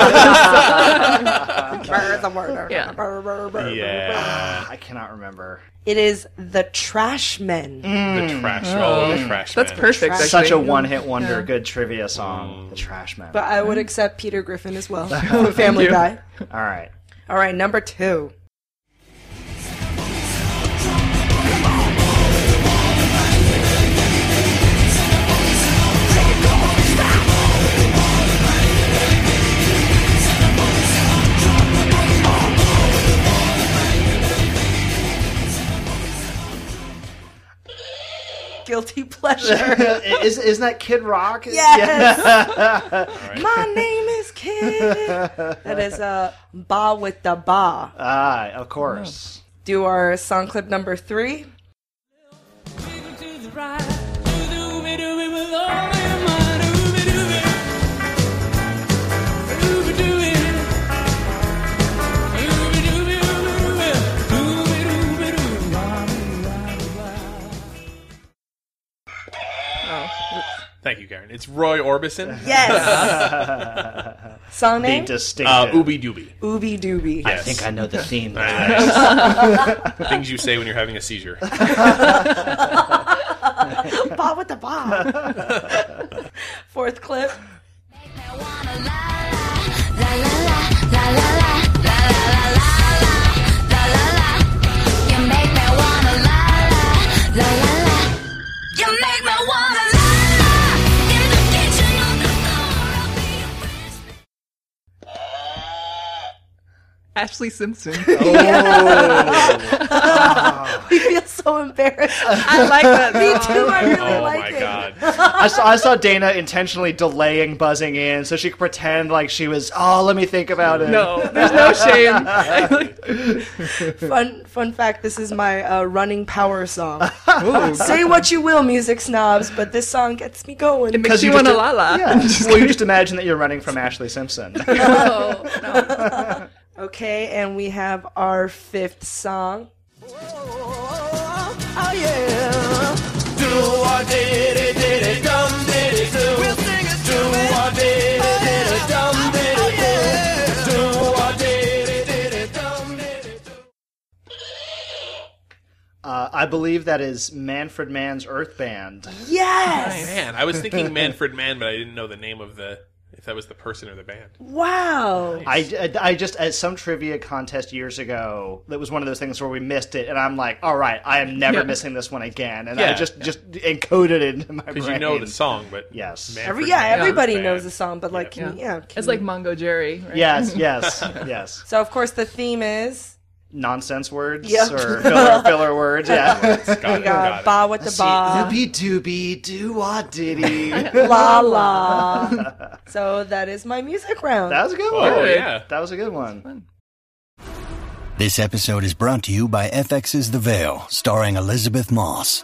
S2: the murder.
S3: Yeah.
S2: Bird, bird, bird,
S5: yeah,
S4: I cannot remember.
S2: It is the Trashmen.
S5: the trash. Oh, the trash.
S3: That's
S5: man.
S3: perfect. Actually.
S4: Such a one-hit wonder. Good trivia song. The Trash Man.
S2: But I would accept Peter Griffin as well from Family
S3: you.
S2: Guy.
S4: All right.
S2: All right, number two. Guilty pleasure.
S4: is isn't that Kid Rock?
S2: Yes. My name is Kid. That is uh, Ba with the Ba.
S5: Uh.
S4: Ah, of course.
S2: Do our song clip number three.
S5: Thank you, Karen. It's Roy Orbison.
S2: Yes. song
S4: The
S2: name?
S5: Uh,
S4: distinctive.
S5: Ooby Dooby.
S2: Ooby Dooby.
S4: I think I know the theme.
S5: Things you say when you're having a seizure.
S2: Ba with the Ba. Fourth clip.
S3: Ashley Simpson.
S5: Oh.
S2: We feel so embarrassed.
S3: I like that.
S2: Me too. I really
S5: oh
S2: like
S5: my
S2: it.
S5: god.
S4: I saw, I saw Dana intentionally delaying buzzing in so she could pretend like she was. Oh, let me think about it.
S3: No, there's no shame.
S2: Fun, fun fact this is my uh, running power song. Say what you will, music snobs, but this song gets me going.
S3: it makes you
S4: you
S3: want to
S4: just-
S3: la la.
S4: Uh, Yeah. well, you just imagine that you're running from Ashley Simpson.
S3: No, no.
S2: Okay, and we have our fifth song.
S4: Uh, I believe that is Manfred Mann's Earth Band.
S2: Yes!
S5: Man, I was thinking Manfred Mann, but I didn't know the name of the if that was the person or the band.
S2: Wow!
S4: I, I- I just at some trivia contest years ago that was one of those things where we missed it, and I'm like, all right, I am never
S3: Yeah.
S4: missing this one again, and I
S5: Yeah.
S4: just just encoded it into my brain.
S5: Because you know the song, but
S4: Yes.
S2: Every,
S5: Manfred
S2: yeah,
S5: Mann's
S2: everybody
S5: band.
S2: knows the song, but like, can you- yeah. can
S3: It's
S2: you-
S3: like Mongo Jerry. Right?
S4: Yes, yes, yes.
S2: So, of course, the theme is
S4: Nonsense words
S2: Yep.
S4: or filler, filler words. Yeah.
S5: Got
S2: we
S5: it,
S2: got
S5: got it.
S2: uh, Ba with the Ba.
S4: Loopy dooby doo wah diddy.
S2: La la. so that is my music round.
S4: That was a good one.
S5: Oh yeah.
S4: That was a good one.
S6: This episode is brought to you by FX's The Veil, starring Elizabeth Moss.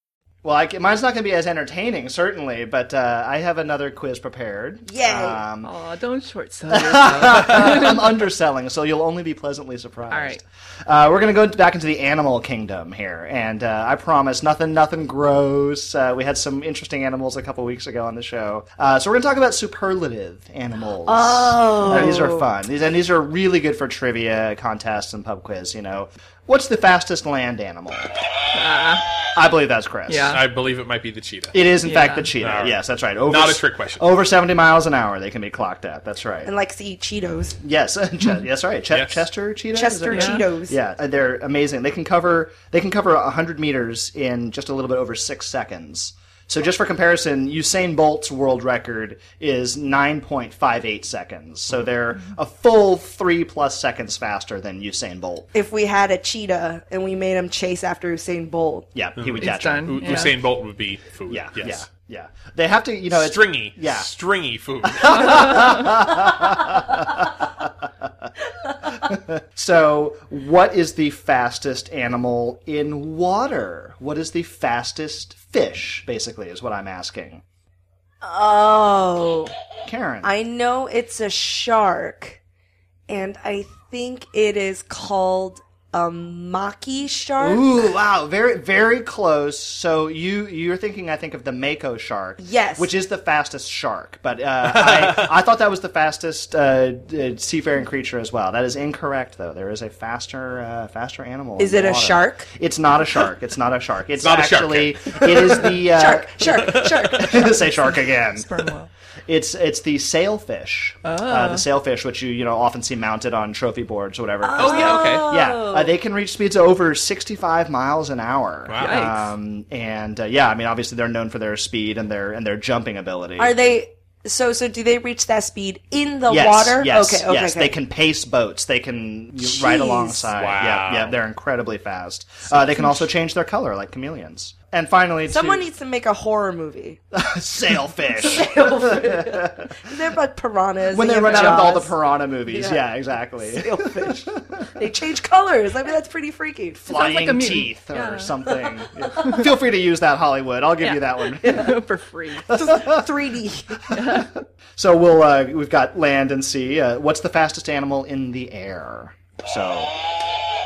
S4: Well, I, can- mine's not going to be as entertaining, certainly, but uh, I have another quiz prepared.
S2: Yay.
S4: Um,
S3: Oh, don't short sell yourself.
S4: I'm underselling, so you'll only be pleasantly surprised.
S3: All right.
S4: Uh, we're going to go back into the animal kingdom here, and uh, I promise nothing, nothing gross. Uh, we had some interesting animals a couple weeks ago on the show, uh, so we're going to talk about superlative animals. Oh, these are fun. These and these are really good for trivia contests and pub quiz. You know, what's the fastest land animal? I believe that's Chris.
S3: Uh. Yeah.
S5: I believe it might be the cheetah.
S4: It is, in fact, the
S3: Yeah.
S4: cheetah.
S5: All right.
S4: Yes, that's right. Over,
S5: Not a trick question.
S4: Over 70 miles an hour, they can be clocked at. That's right.
S2: and likes to eat Cheetos.
S4: Yes, Ch- yes, right. Ch-
S5: Hmm. Yes.
S4: Chester cheetah. Is
S2: Chester
S4: that right?
S2: Cheetos.
S4: Yeah, uh, they're amazing. They can cover they can cover hundred meters in just a little bit over six seconds. So just for comparison, Usain Bolt's world record is nine point five eight seconds. So they're a full three plus seconds faster than Usain Bolt.
S2: If we had a cheetah and we made him chase after Usain Bolt.
S4: Yeah, he would
S3: It's
S4: catch him.
S3: done.
S5: U-
S3: yeah.
S5: Usain Bolt would be food.
S4: Yeah,
S5: yes.
S4: yeah, yeah. They have to, you know, it's
S5: Stringy,
S4: Yeah.
S5: stringy food.
S4: So, what is the fastest animal in water? What is the fastest fish? Basically, is what I'm asking.
S2: Oh.
S4: Karen.
S2: I know it's a shark, and I think it is called a maki shark.
S4: Ooh, wow, very very close. So you you're thinking I think of the mako shark.
S2: Yes.
S4: Which is the fastest shark, but uh, I I thought that was the fastest uh, uh, seafaring creature as well. That is incorrect though. There is a faster uh, faster animal.
S2: Is
S4: in
S2: it
S4: the
S2: a
S4: water.
S2: shark?
S4: It's not a shark. It's not a shark. It's,
S5: not a shark,
S4: actually it is the uh,
S2: Shark, shark, shark.
S4: say shark again.
S3: Sperm whale.
S4: It's it's the sailfish,
S2: Oh.
S4: uh, the sailfish, which you you know often see mounted on trophy boards or whatever.
S5: oh yeah, okay.
S4: Yeah, uh, they can reach speeds of over 65 miles an hour.
S5: Wow.
S3: Yikes.
S4: Um, and uh, yeah, I mean, obviously they're known for their speed and their and their jumping ability.
S2: Are they so? So do they reach that speed in the
S4: yes,
S2: water?
S4: Yes,
S2: okay, okay,
S4: yes.
S2: okay.
S4: They can pace boats. They can you know, ride
S2: Jeez.
S4: alongside.
S5: Wow.
S4: Yeah, yeah. They're incredibly fast. Uh, they can also change their color like chameleons. And finally,
S2: Someone
S4: to
S2: needs to make a horror movie.
S4: sailfish.
S2: They're like piranhas.
S4: when they
S2: have
S4: run out of all the
S2: jaws.
S4: piranha movies. Yeah, exactly.
S2: they change colors. I mean, that's pretty freaky.
S4: Flying
S3: a mutant.
S4: teeth or something. Yeah. Feel free to use that Hollywood. I'll give you that one.
S3: for free.
S2: 3D.
S4: So we'll uh, we've got land and sea. Uh, what's the fastest animal in the air? So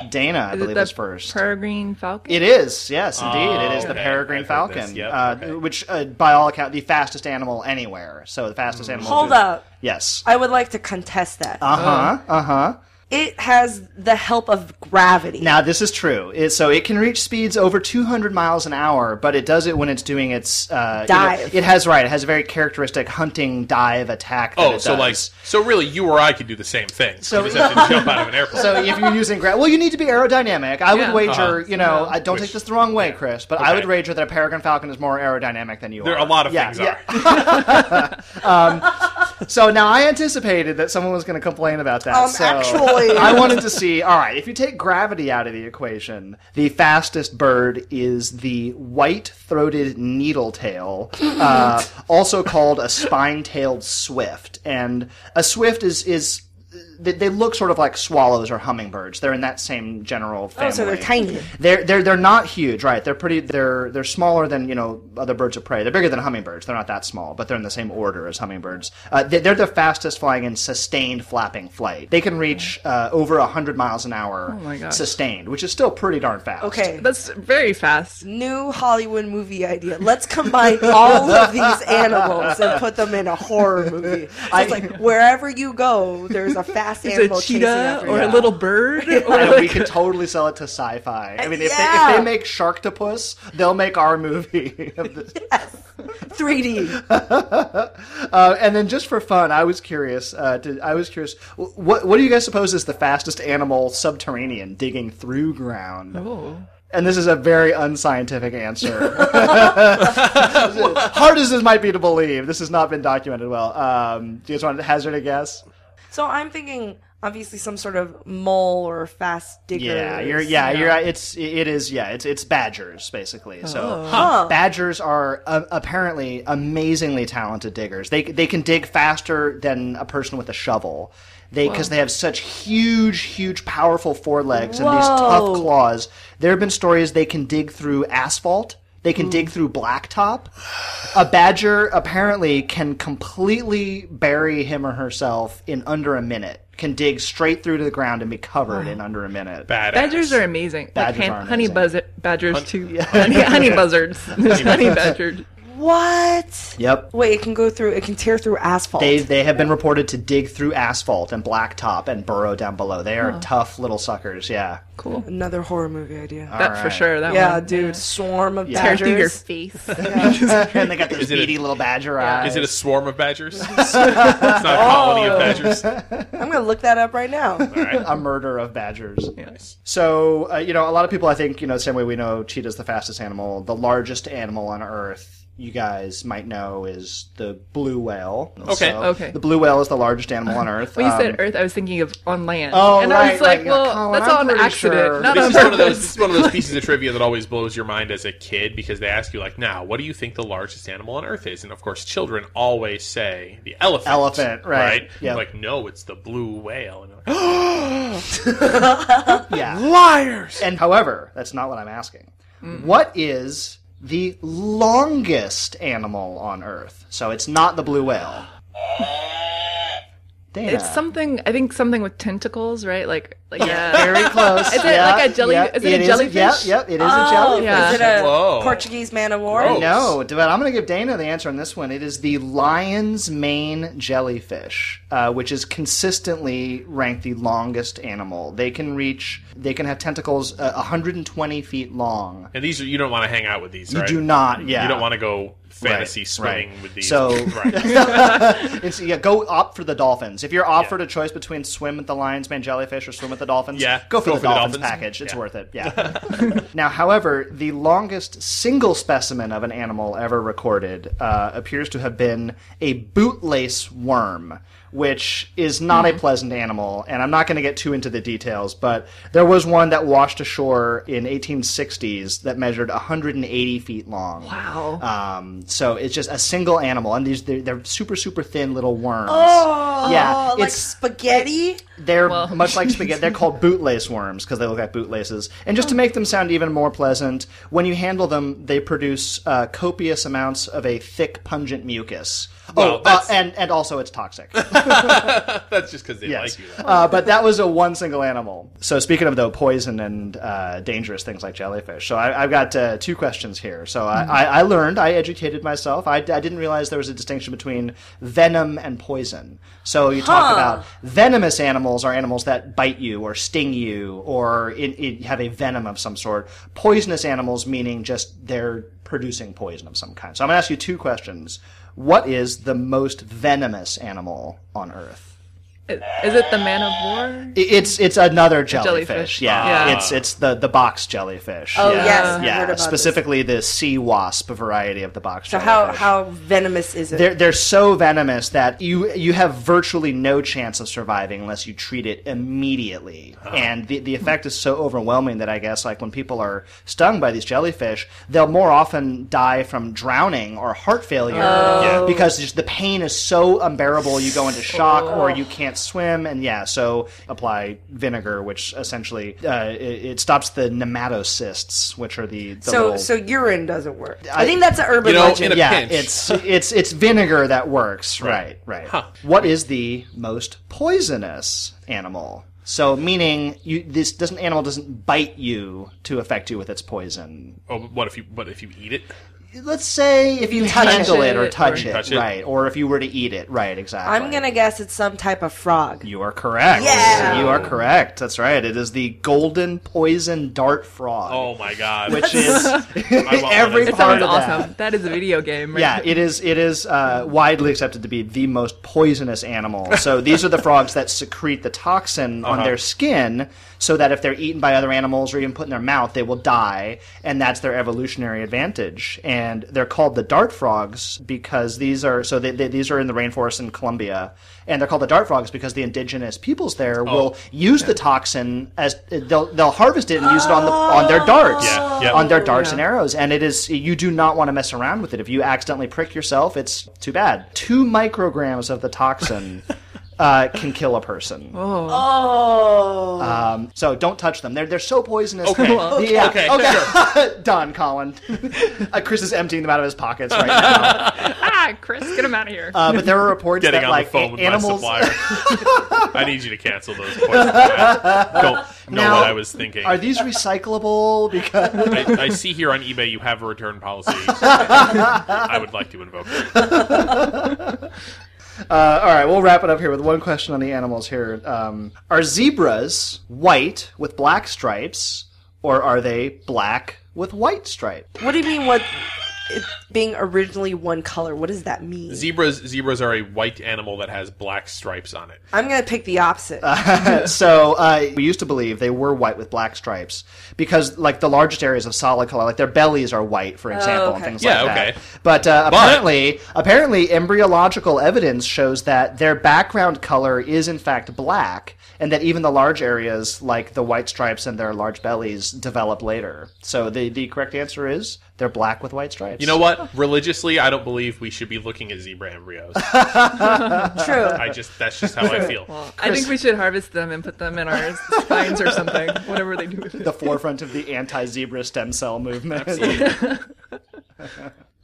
S4: Dana, I
S3: Is it
S4: believe,
S3: the
S4: is first.
S3: Peregrine Falcon.
S4: it is, yes, indeed. it is the
S5: okay.
S4: peregrine
S5: I've heard this.
S4: falcon,
S5: Yep,
S4: uh,
S5: okay.
S4: which, uh, by all account, the fastest animal
S5: Mm.
S4: anywhere. So the fastest animal.
S2: Hold
S4: to-
S2: up.
S4: Yes. uh-huh.
S2: I would like to contest that.
S4: Uh huh. Uh huh.
S2: It has the help of gravity.
S4: Now, this is true. It, so it can reach speeds over 200 miles an hour, but it does it when it's doing its uh, you know,
S2: Dive.
S4: it has right. It has a very characteristic hunting dive attack. That
S5: Oh,
S4: it
S5: so
S4: does.
S5: like, so really, you or I could do the same thing.
S4: So-
S5: So you just have to jump out of an airplane.
S4: So if you're using gra- well, you need to be aerodynamic. I would
S3: Yeah.
S4: wager, you know, I don't
S5: Uh-huh. Which-
S4: take this the wrong way, Chris, but I
S5: Okay.
S4: would wager that a Peregrine Falcon is more aerodynamic than you
S5: there
S4: are.
S5: are a lot of
S4: Yeah,
S5: things
S4: yeah.
S5: are.
S4: So now I anticipated that someone was going to complain about that.
S2: Um,
S4: so
S2: actually-
S4: I wanted to see. All right, if you take gravity out of the equation, the fastest bird is the white-throated needletail, uh, also called a spine-tailed swift, and a swift is is. They, they look sort of like swallows or hummingbirds. They're in that same general family.
S2: Oh, so they're tiny.
S4: They're they're they're not huge, right? They're pretty. They're they're smaller than you know other birds of prey. They're bigger than hummingbirds. They're not that small, but they're in the same order as hummingbirds. Uh, they, they're the fastest flying in sustained flapping flight. They can reach uh, over hundred miles an hour sustained, which is still pretty darn fast.
S2: Okay.
S3: That's very fast.
S2: New Hollywood movie idea. Let's combine all of these animals and put them in a horror movie. So it's like wherever you go, there's a fast
S3: It's
S2: animal
S3: a
S2: chasing
S3: cheetah
S2: after
S3: or
S2: you.
S3: a little bird. Or
S4: And we
S3: like,
S4: could totally sell it to sci-fi. I mean, if, they,
S2: Yeah.
S4: if they make Sharktopus, they'll make our movie. of this.
S2: 3D.
S4: Uh, and then just for fun, I was curious. Uh, to, I was curious. wh- What what do you guys suppose is the fastest animal subterranean digging through ground? And this is a very unscientific answer. Hard as this might be to believe, this has not been documented well. Um, do you guys want to hazard a guess?
S2: So I'm thinking obviously some sort of mole or fast digger.
S4: Yeah, you're. Yeah, you're. It's. It is. Yeah, it's. It's badgers basically. So badgers are uh, apparently amazingly talented diggers. They they can dig faster than a person with a shovel. They because they have such huge, huge, powerful forelegs and these tough claws. There have been stories they can dig through asphalt. They can dig through blacktop. A badger apparently can completely bury him or herself in under a minute. Can dig straight through to the ground and be covered in under a minute.
S5: Badass.
S3: badgers are amazing.
S4: Badgers
S3: like
S4: are
S3: han- honey
S4: amazing.
S3: buzzard badgers too. Honey, honey buzzards. There's honey badgered.
S2: What?
S4: Yep.
S2: Wait, it can go through. It can tear through asphalt.
S4: They, they have been reported to dig through asphalt and blacktop and burrow down below. They are tough little suckers, yeah.
S3: Cool.
S2: Another horror movie idea.
S3: That for sure. That
S2: yeah,
S3: one.
S2: dude. Swarm of
S3: Tear through your
S2: badgers.
S3: face.
S4: and they got those
S5: Is it a-
S4: beady little badger eyes.
S5: Is it a swarm of badgers? it's not a colony of badgers.
S2: I'm gonna look that up right now.
S4: a murder of badgers.
S3: Yes.
S4: So, uh, you know, a lot of people, I think, you know, the same way we know cheetah's the fastest animal, the largest animal on Earth, you guys might know, is the blue whale.
S5: Okay,
S4: So,
S3: okay.
S4: The blue whale is the largest animal on Earth.
S3: When you
S4: Um,
S3: said Earth, I was thinking of on land.
S4: Oh,
S3: and I
S4: right,
S3: was like,
S4: right, yeah,
S3: well,
S4: Colin,
S3: that's
S4: I'm
S3: all an
S4: pretty
S3: accident,
S4: sure.
S3: not
S5: This
S3: on
S5: is one of those.
S3: purpose.
S5: This is one of those pieces of trivia that always blows your mind as a kid because they ask you like, "Now, what do you think the largest animal on Earth is?" And of course, children always say the elephant.
S4: Elephant, right. Yep.
S5: Like, no, it's the blue whale. And you're like,
S4: yeah.
S5: liars.
S4: And however, that's not what I'm asking.
S3: Mm-hmm.
S4: What is the longest animal on Earth? So it's not the blue whale. Dana.
S3: It's something. I think something with tentacles, right? Like, like yeah.
S4: very close.
S3: Is it
S4: Yeah,
S3: like a jelly-
S4: yeah,
S3: is it a
S4: a-
S3: jellyfish? Oh,
S4: Yep, yep, it is a jellyfish.
S3: yeah.
S2: Is it a
S5: Whoa. Oh.
S2: Portuguese man of war?
S5: Gross.
S4: No, but I'm going to give Dana the answer on this one. It is the lion's mane jellyfish, uh, which is consistently ranked the longest animal. They can reach, they can have tentacles uh, 120 feet long.
S5: And these are you don't want to hang out with these.
S4: You
S5: right?
S4: do not, yeah.
S5: You don't want to go fantasy
S4: Right,
S5: swimming
S4: right.
S5: with these.
S4: So-
S5: right.
S4: It's, yeah, go opt for the dolphins. If you're offered a choice between swim with the lions, man, jellyfish, or swim with the dolphins,
S5: Yeah,
S4: go for,
S5: go
S4: the,
S5: for the
S4: dolphins,
S5: dolphins.
S4: package. It's
S5: Yeah.
S4: worth it. Yeah. now, however, the longest single specimen of an animal ever recorded uh, appears to have been a bootlace worm, which is not
S5: Mm-hmm.
S4: a pleasant animal. And I'm not going to get too into the details, but there was one that washed ashore in 1860s that measured 180 feet long.
S3: wow.
S4: Um, so it's just a single animal, and these they're, they're super super thin little worms.
S2: Oh,
S4: yeah,
S2: like
S4: it's
S2: spaghetti.
S4: they're much like spaghetti. They're called bootlace worms because they look like bootlaces. And just to make them sound even more pleasant, when you handle them, they produce uh, copious amounts of a thick pungent mucus.
S5: Well,
S4: oh, uh,
S5: that's-
S4: and and also it's toxic.
S5: That's just because they
S4: Yes.
S5: like you.
S4: uh, but that was a one single animal. So speaking of though poison and uh, dangerous things like jellyfish, so I, I've got uh, two questions here. So I, I, I learned, I educated myself. I, I didn't realize there was a distinction between venom and poison. So you talk about venomous animals are animals that bite you or sting you or it, it have a venom of some sort. Poisonous animals meaning just they're producing poison of some kind. So I'm going to ask you two questions. What is the most venomous animal on Earth?
S3: Is it the man of war?
S4: I- It's it's another jellyfish.
S3: jellyfish.
S4: Yeah.
S3: Yeah.
S4: it's it's the the box jellyfish. Oh yeah.
S2: yes, I've
S4: yeah.
S2: heard about this.
S4: Specifically the sea wasp variety of the box
S2: So
S4: jellyfish.
S2: how how venomous is it?
S4: They're they're so venomous that you you have virtually no chance of surviving unless you treat it immediately. And the the effect is so overwhelming that I guess like when people are stung by these jellyfish, they'll more often die from drowning or heart failure because just the pain is so unbearable. You go into shock or you can't swim, and yeah, so apply vinegar, which essentially uh, it, it stops the nematocysts, which are the, the
S2: so
S4: little
S2: so urine doesn't work. I, think that's an urban
S5: You know,
S2: legend.
S5: in a
S4: yeah,
S5: pinch.
S4: it's it's it's vinegar that works. Right, right. What is the most poisonous animal? So meaning you this doesn't animal doesn't bite you to affect you with its poison.
S5: Oh, but what if you? What if you eat it?
S4: Let's say if you, handle it, or
S3: it,
S4: touch,
S5: or-
S4: it,
S5: Touch it.
S4: right, or if you were to eat it, right, exactly.
S2: I'm gonna guess it's some type of frog.
S4: You are correct.
S2: Yeah.
S4: You are correct. That's right. It is the golden poison dart frog.
S5: Oh my god!
S4: Which is
S5: I want
S4: every
S5: one
S3: It
S5: of
S4: part
S3: sounds
S5: those.
S4: of that.
S3: awesome. that is a video game, right?
S4: Yeah, it is. It is uh, widely accepted to be the most poisonous animal. So these are the frogs that secrete the toxin on their skin, so that if they're eaten by other animals or even put in their mouth, they will die, and that's their evolutionary advantage. And they're called the dart frogs because these are so they, they, these are in the rainforest in Colombia, and they're called the dart frogs because the indigenous peoples there will use the toxin as they'll they'll harvest it and use it on the on their darts
S5: Yeah, yeah.
S4: on their darts and arrows and it is you do not want to mess around with it if you accidentally prick yourself it's too bad two micrograms of the toxin uh, can kill a person
S2: Oh,
S4: um, so don't touch them they're, they're so poisonous
S5: Okay.
S4: okay. Yeah. Oh,
S5: Okay,
S4: done colin uh, chris is emptying them out of his pockets right now
S3: Ah, Chris, get him out of here.
S4: uh, but there are reports
S5: Getting
S4: that
S5: on
S4: like
S5: the phone with
S4: animals
S5: my supplier. I need you to cancel those appointments. I don't know
S4: Now,
S5: what I was thinking.
S4: are these recyclable because
S5: I, I see here on eBay you have a return policy. I would like to invoke it.
S4: Uh, all right, we'll wrap it up here with one question on the animals here. Um, are zebras white with black stripes, or are they black with white stripes?
S2: what do you mean? What it being originally one color? What does that mean?
S5: Zebras zebras are a white animal that has black stripes on it.
S2: I'm gonna pick the opposite.
S4: so uh, we used to believe they were white with black stripes because, like, the largest areas of solid color, like their bellies are white,
S3: Oh,
S4: for example, and things
S5: Yeah,
S4: like
S5: okay.
S4: that. But uh,
S5: But-
S4: apparently, apparently, embryological evidence shows that their background color is in fact black, and that even the large areas, like the white stripes and their large bellies, develop later. So the the correct answer is they're black with white stripes.
S5: You know what? Religiously, I don't believe we should be looking at zebra embryos.
S2: True.
S5: I just that's just how I feel.
S3: I think we should harvest them and put them in our spines or something, whatever they do with it.
S4: The forefront of the anti-zebra stem cell movement.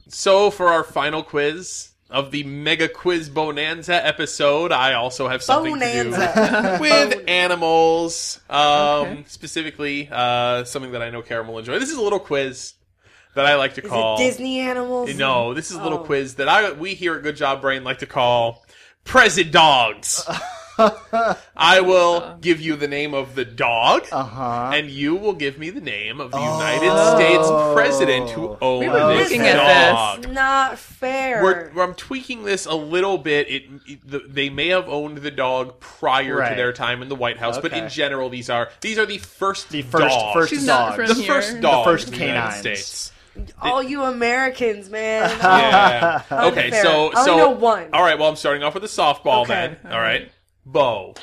S5: So for our final quiz of the Mega Quiz Bonanza episode, I also have something to
S2: Bonanza.
S5: do with animals. Um, Specifically, uh, something that I know Karen will enjoy. This is a little quiz that I like to
S2: Is
S5: call
S2: it Disney Oh. animals?
S5: No, this is a little quiz that I we here at Good Job Brain like to call President Dogs. I will give you the name of the dog,
S4: Uh-huh.
S5: and you will give me the name of the United States president who owned
S3: were
S5: this
S3: looking at
S5: dog.
S2: It's not fair.
S5: We're, I'm tweaking this a little bit. It, it the, they may have owned the dog prior to
S4: Right.
S5: their time in the White House, but in
S4: Okay.
S5: general, these are these are the first
S4: The first-
S5: dogs.
S4: first
S3: She's
S4: Dogs.
S3: not from
S5: the
S3: here.
S5: first dog,
S4: first
S5: in the United
S4: canines.
S5: States.
S2: All you Americans, man.
S5: Yeah. okay,
S2: Unfair.
S5: so
S2: I only
S5: so
S2: know one.
S5: All right, well I'm starting off with a softball
S2: Okay.
S5: then. All right. Bo.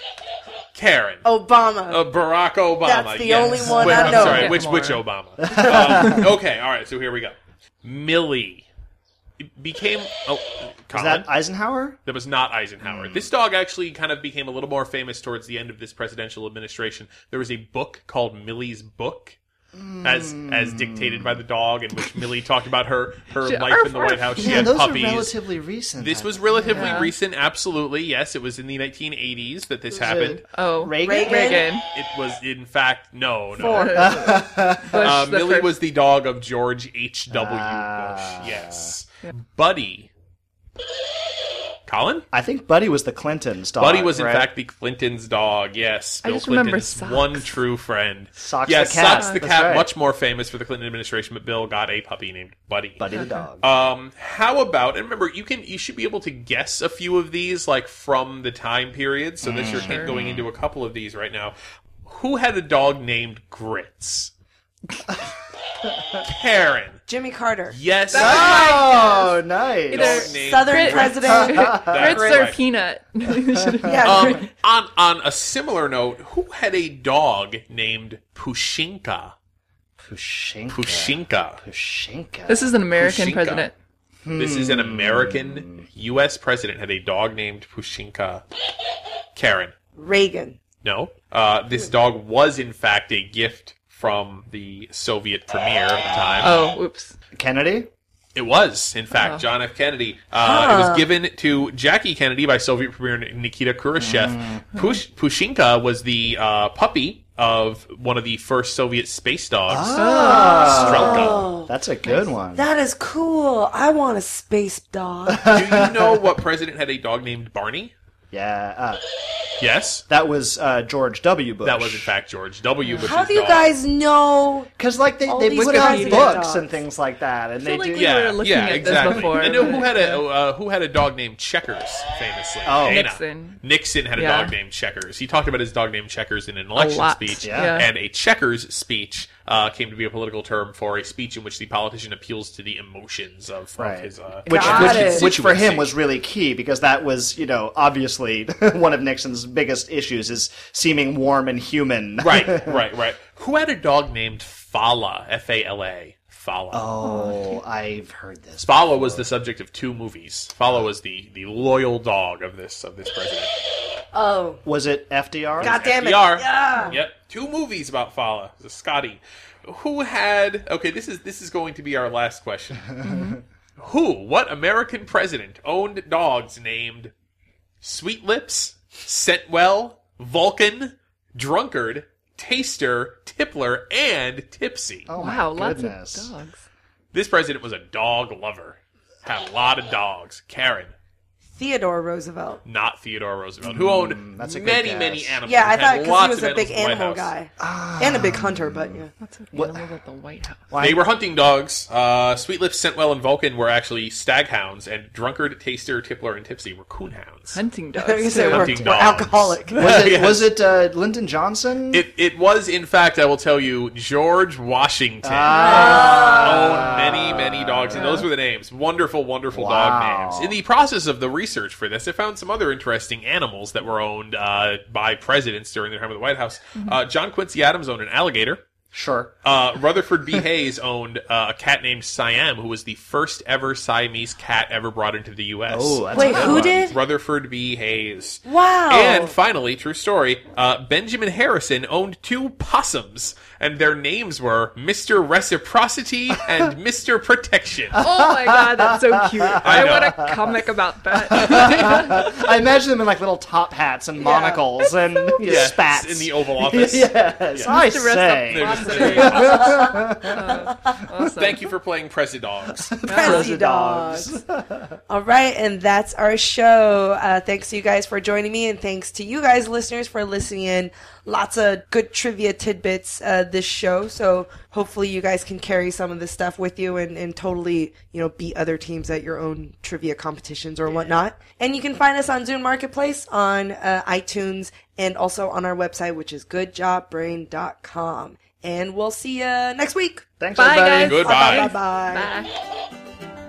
S5: Karen.
S2: Obama.
S5: Uh, Barack Obama.
S2: That's the
S5: yes.
S2: only one
S5: Wait,
S2: I
S5: I'm
S2: know.
S5: sorry,
S3: Yeah,
S5: which
S3: come
S5: which Obama? um, okay, all right, so here we go. Millie It became oh
S4: Is
S5: Colin.
S4: that Hmm. Eisenhower?
S5: That was not Eisenhower. This dog actually kind of became a little more famous towards the end of this presidential administration. There was a book called Millie's Book. As as dictated by the dog, in which Millie talked about her her
S3: She-
S5: life in the
S3: arf,
S5: White
S3: arf.
S5: House. She
S4: Yeah,
S5: had
S4: those
S5: puppies.
S4: are relatively recent.
S5: this
S4: I
S5: was
S4: think.
S5: relatively recent. Absolutely, yes, it was in the 1980s that this happened.
S3: Oh,
S4: Reagan.
S2: Reagan.
S3: Reagan.
S5: It was, in fact, no, no.
S3: Bush,
S5: Uh,
S3: the
S5: Millie
S3: first-
S5: was the dog of
S4: Ah.
S5: George H. W. Bush. Yes, Buddy. Colin?
S4: I think Buddy was the Clinton's dog.
S5: Buddy was in
S4: right?
S5: fact the Clinton's dog. Yes,
S3: I
S5: Bill
S3: just remember
S5: Clinton's
S3: Socks.
S5: one true friend.
S4: Socks
S5: yes,
S4: the cat.
S5: Socks the
S4: That's
S5: cat,
S4: right.
S5: much more famous for the Clinton administration, but Bill got a puppy named Buddy.
S4: Buddy the dog.
S5: Um, how about and remember you can you should be able to guess a few of these like from the time period. So this you're going into a couple of these right now. Who had a dog named Grits? Karen.
S2: Jimmy Carter,
S5: Yes.
S4: oh, nice.
S3: Either-
S5: Dog named
S2: Southern
S3: Chris-
S2: president.
S5: that.
S3: Grits or
S5: Right.
S3: peanut.
S2: yeah,
S5: Um, on on a similar note, who had a dog named Pushinka?
S4: Pushinka.
S5: Pushinka.
S4: Pushinka.
S3: this is an American
S5: Pushinka.
S3: president.
S5: This is an American U.S. president had a dog named Pushinka. Karen.
S2: Reagan.
S5: No. Uh, this dog was, in fact, a gift from the Soviet premier at the time.
S3: Oh, oops.
S4: Kennedy.
S5: It was, in fact, John F. Kennedy. Uh, It was given to Jackie Kennedy by Soviet Premier Nikita Khrushchev.
S2: Hmm.
S5: Push- Pushinka was the uh, puppy of one of the first Soviet space dogs,
S2: Oh.
S5: Strelka.
S4: That's a good one.
S2: That is cool. I want a space dog.
S5: Do you know what president had a dog named Barney?
S4: yeah. Uh,
S5: Yes.
S4: that was uh, George W. Bush.
S5: That was, in fact, George W. Bush's
S2: How do you
S5: dog.
S2: guys know?
S4: Because like they,
S2: All
S4: they
S2: these
S4: put out
S2: crazy
S4: books
S2: dogs.
S4: and things like that, and
S3: feel
S4: they
S3: like
S4: do.
S3: we- were looking at this before,
S5: I know who
S3: but-
S5: had a uh, who had a dog named Checkers famously.
S4: Oh.
S5: Dana.
S3: Nixon.
S5: Nixon had a
S3: Yeah.
S5: dog named Checkers. He talked about his dog named Checkers in an election
S3: lot,
S5: speech,
S3: yeah.
S5: and a Checkers speech uh, came to be a political term for a speech in which the politician appeals to the emotions of,
S4: Right.
S5: of his. Uh,
S4: which,
S2: Got
S4: which,
S2: it.
S4: which for him
S5: constituency.
S4: was really key because that was, you know, obviously one of Nixon's biggest issues is seeming warm and human.
S5: right, right, right. Who had a dog named Fala? F A L A. Fala.
S4: Oh, I've heard this.
S5: Fala was the subject of two movies. Fala was the, the loyal dog of this of this president.
S2: Oh,
S4: Was it FDR?
S2: God damn it!
S5: FDR.
S2: Yeah.
S5: Yep. Two movies about Fala, the Scotty, who had. Okay, this is this is going to be our last question. who? What American president owned dogs named Sweet Lips, Scentwell, Vulcan, Drunkard, Taster, Tippler, and Tipsy?
S4: Oh my
S3: Wow, lots
S4: goodness.
S3: of dogs.
S5: This president was a dog lover. Had a lot of dogs. Karen.
S2: Theodore Roosevelt.
S5: Not Theodore Roosevelt, who owned
S4: Mm, that's a good
S5: many,
S4: guess.
S5: many animals.
S2: Yeah, I
S5: and
S2: thought
S5: had
S2: because
S5: lots
S2: he was
S5: of
S2: a
S5: animals
S2: big
S5: in the White
S2: animal
S5: House.
S2: guy and a big hunter, but yeah.
S3: What's an animal at the White House?
S5: They were hunting dogs. Uh, Sweetlips, Scentwell, and Vulcan were actually stag hounds, and Drunkard, Taster, Tippler, and Tipsy were coon hounds.
S3: Hunting dogs.
S2: I was gonna say, we're,
S5: Hunting
S2: we're
S5: dogs.
S2: alcoholic.
S4: Was it, was it uh, Lyndon Johnson?
S5: It, it was, in fact, I will tell you, George Washington
S4: Ah.
S5: owned many, many dogs, and those were the names. Wonderful, wonderful dog names. In the process of the research for this, I found some other interesting animals that were owned uh, by presidents during their time at the White House. Uh, John Quincy Adams owned an alligator.
S4: sure.
S5: Uh, Rutherford B. Hayes owned uh, a cat named Siam, who was the first ever Siamese cat ever brought into the U.S.
S4: Oh, that's
S2: Wait,
S4: a good
S2: who
S4: one.
S2: did?
S5: Rutherford B. Hayes.
S2: Wow.
S5: And finally, true story, uh, Benjamin Harrison owned two possums, and their names were Mr. Reciprocity and Mr. Protection.
S3: Oh my god, that's so cute. I,
S5: know.
S3: want a comic about that.
S4: I imagine them in like little top hats and monocles and you know,
S5: Yes,
S4: spats
S5: in the Oval Office.
S4: yes, I
S3: Just to rest up
S5: They're
S4: say.
S5: just- Thank you for playing Pressy Dogs.
S2: Prezi dogs. All right, and that's our show. Uh, thanks to you guys for joining me, and thanks to you guys, listeners, for listening in. Lots of good trivia tidbits uh, this show, so hopefully you guys can carry some of this stuff with you and, and totally, you know, beat other teams at your own trivia competitions or whatnot. And you can find us on Zoom Marketplace, on uh, iTunes, and also on our website, which is goodjobbrain.com. And we'll see you next week.
S4: Thanks,
S3: Bye,
S4: everybody.
S3: guys.
S5: Goodbye.
S2: Bye bye.
S3: Bye.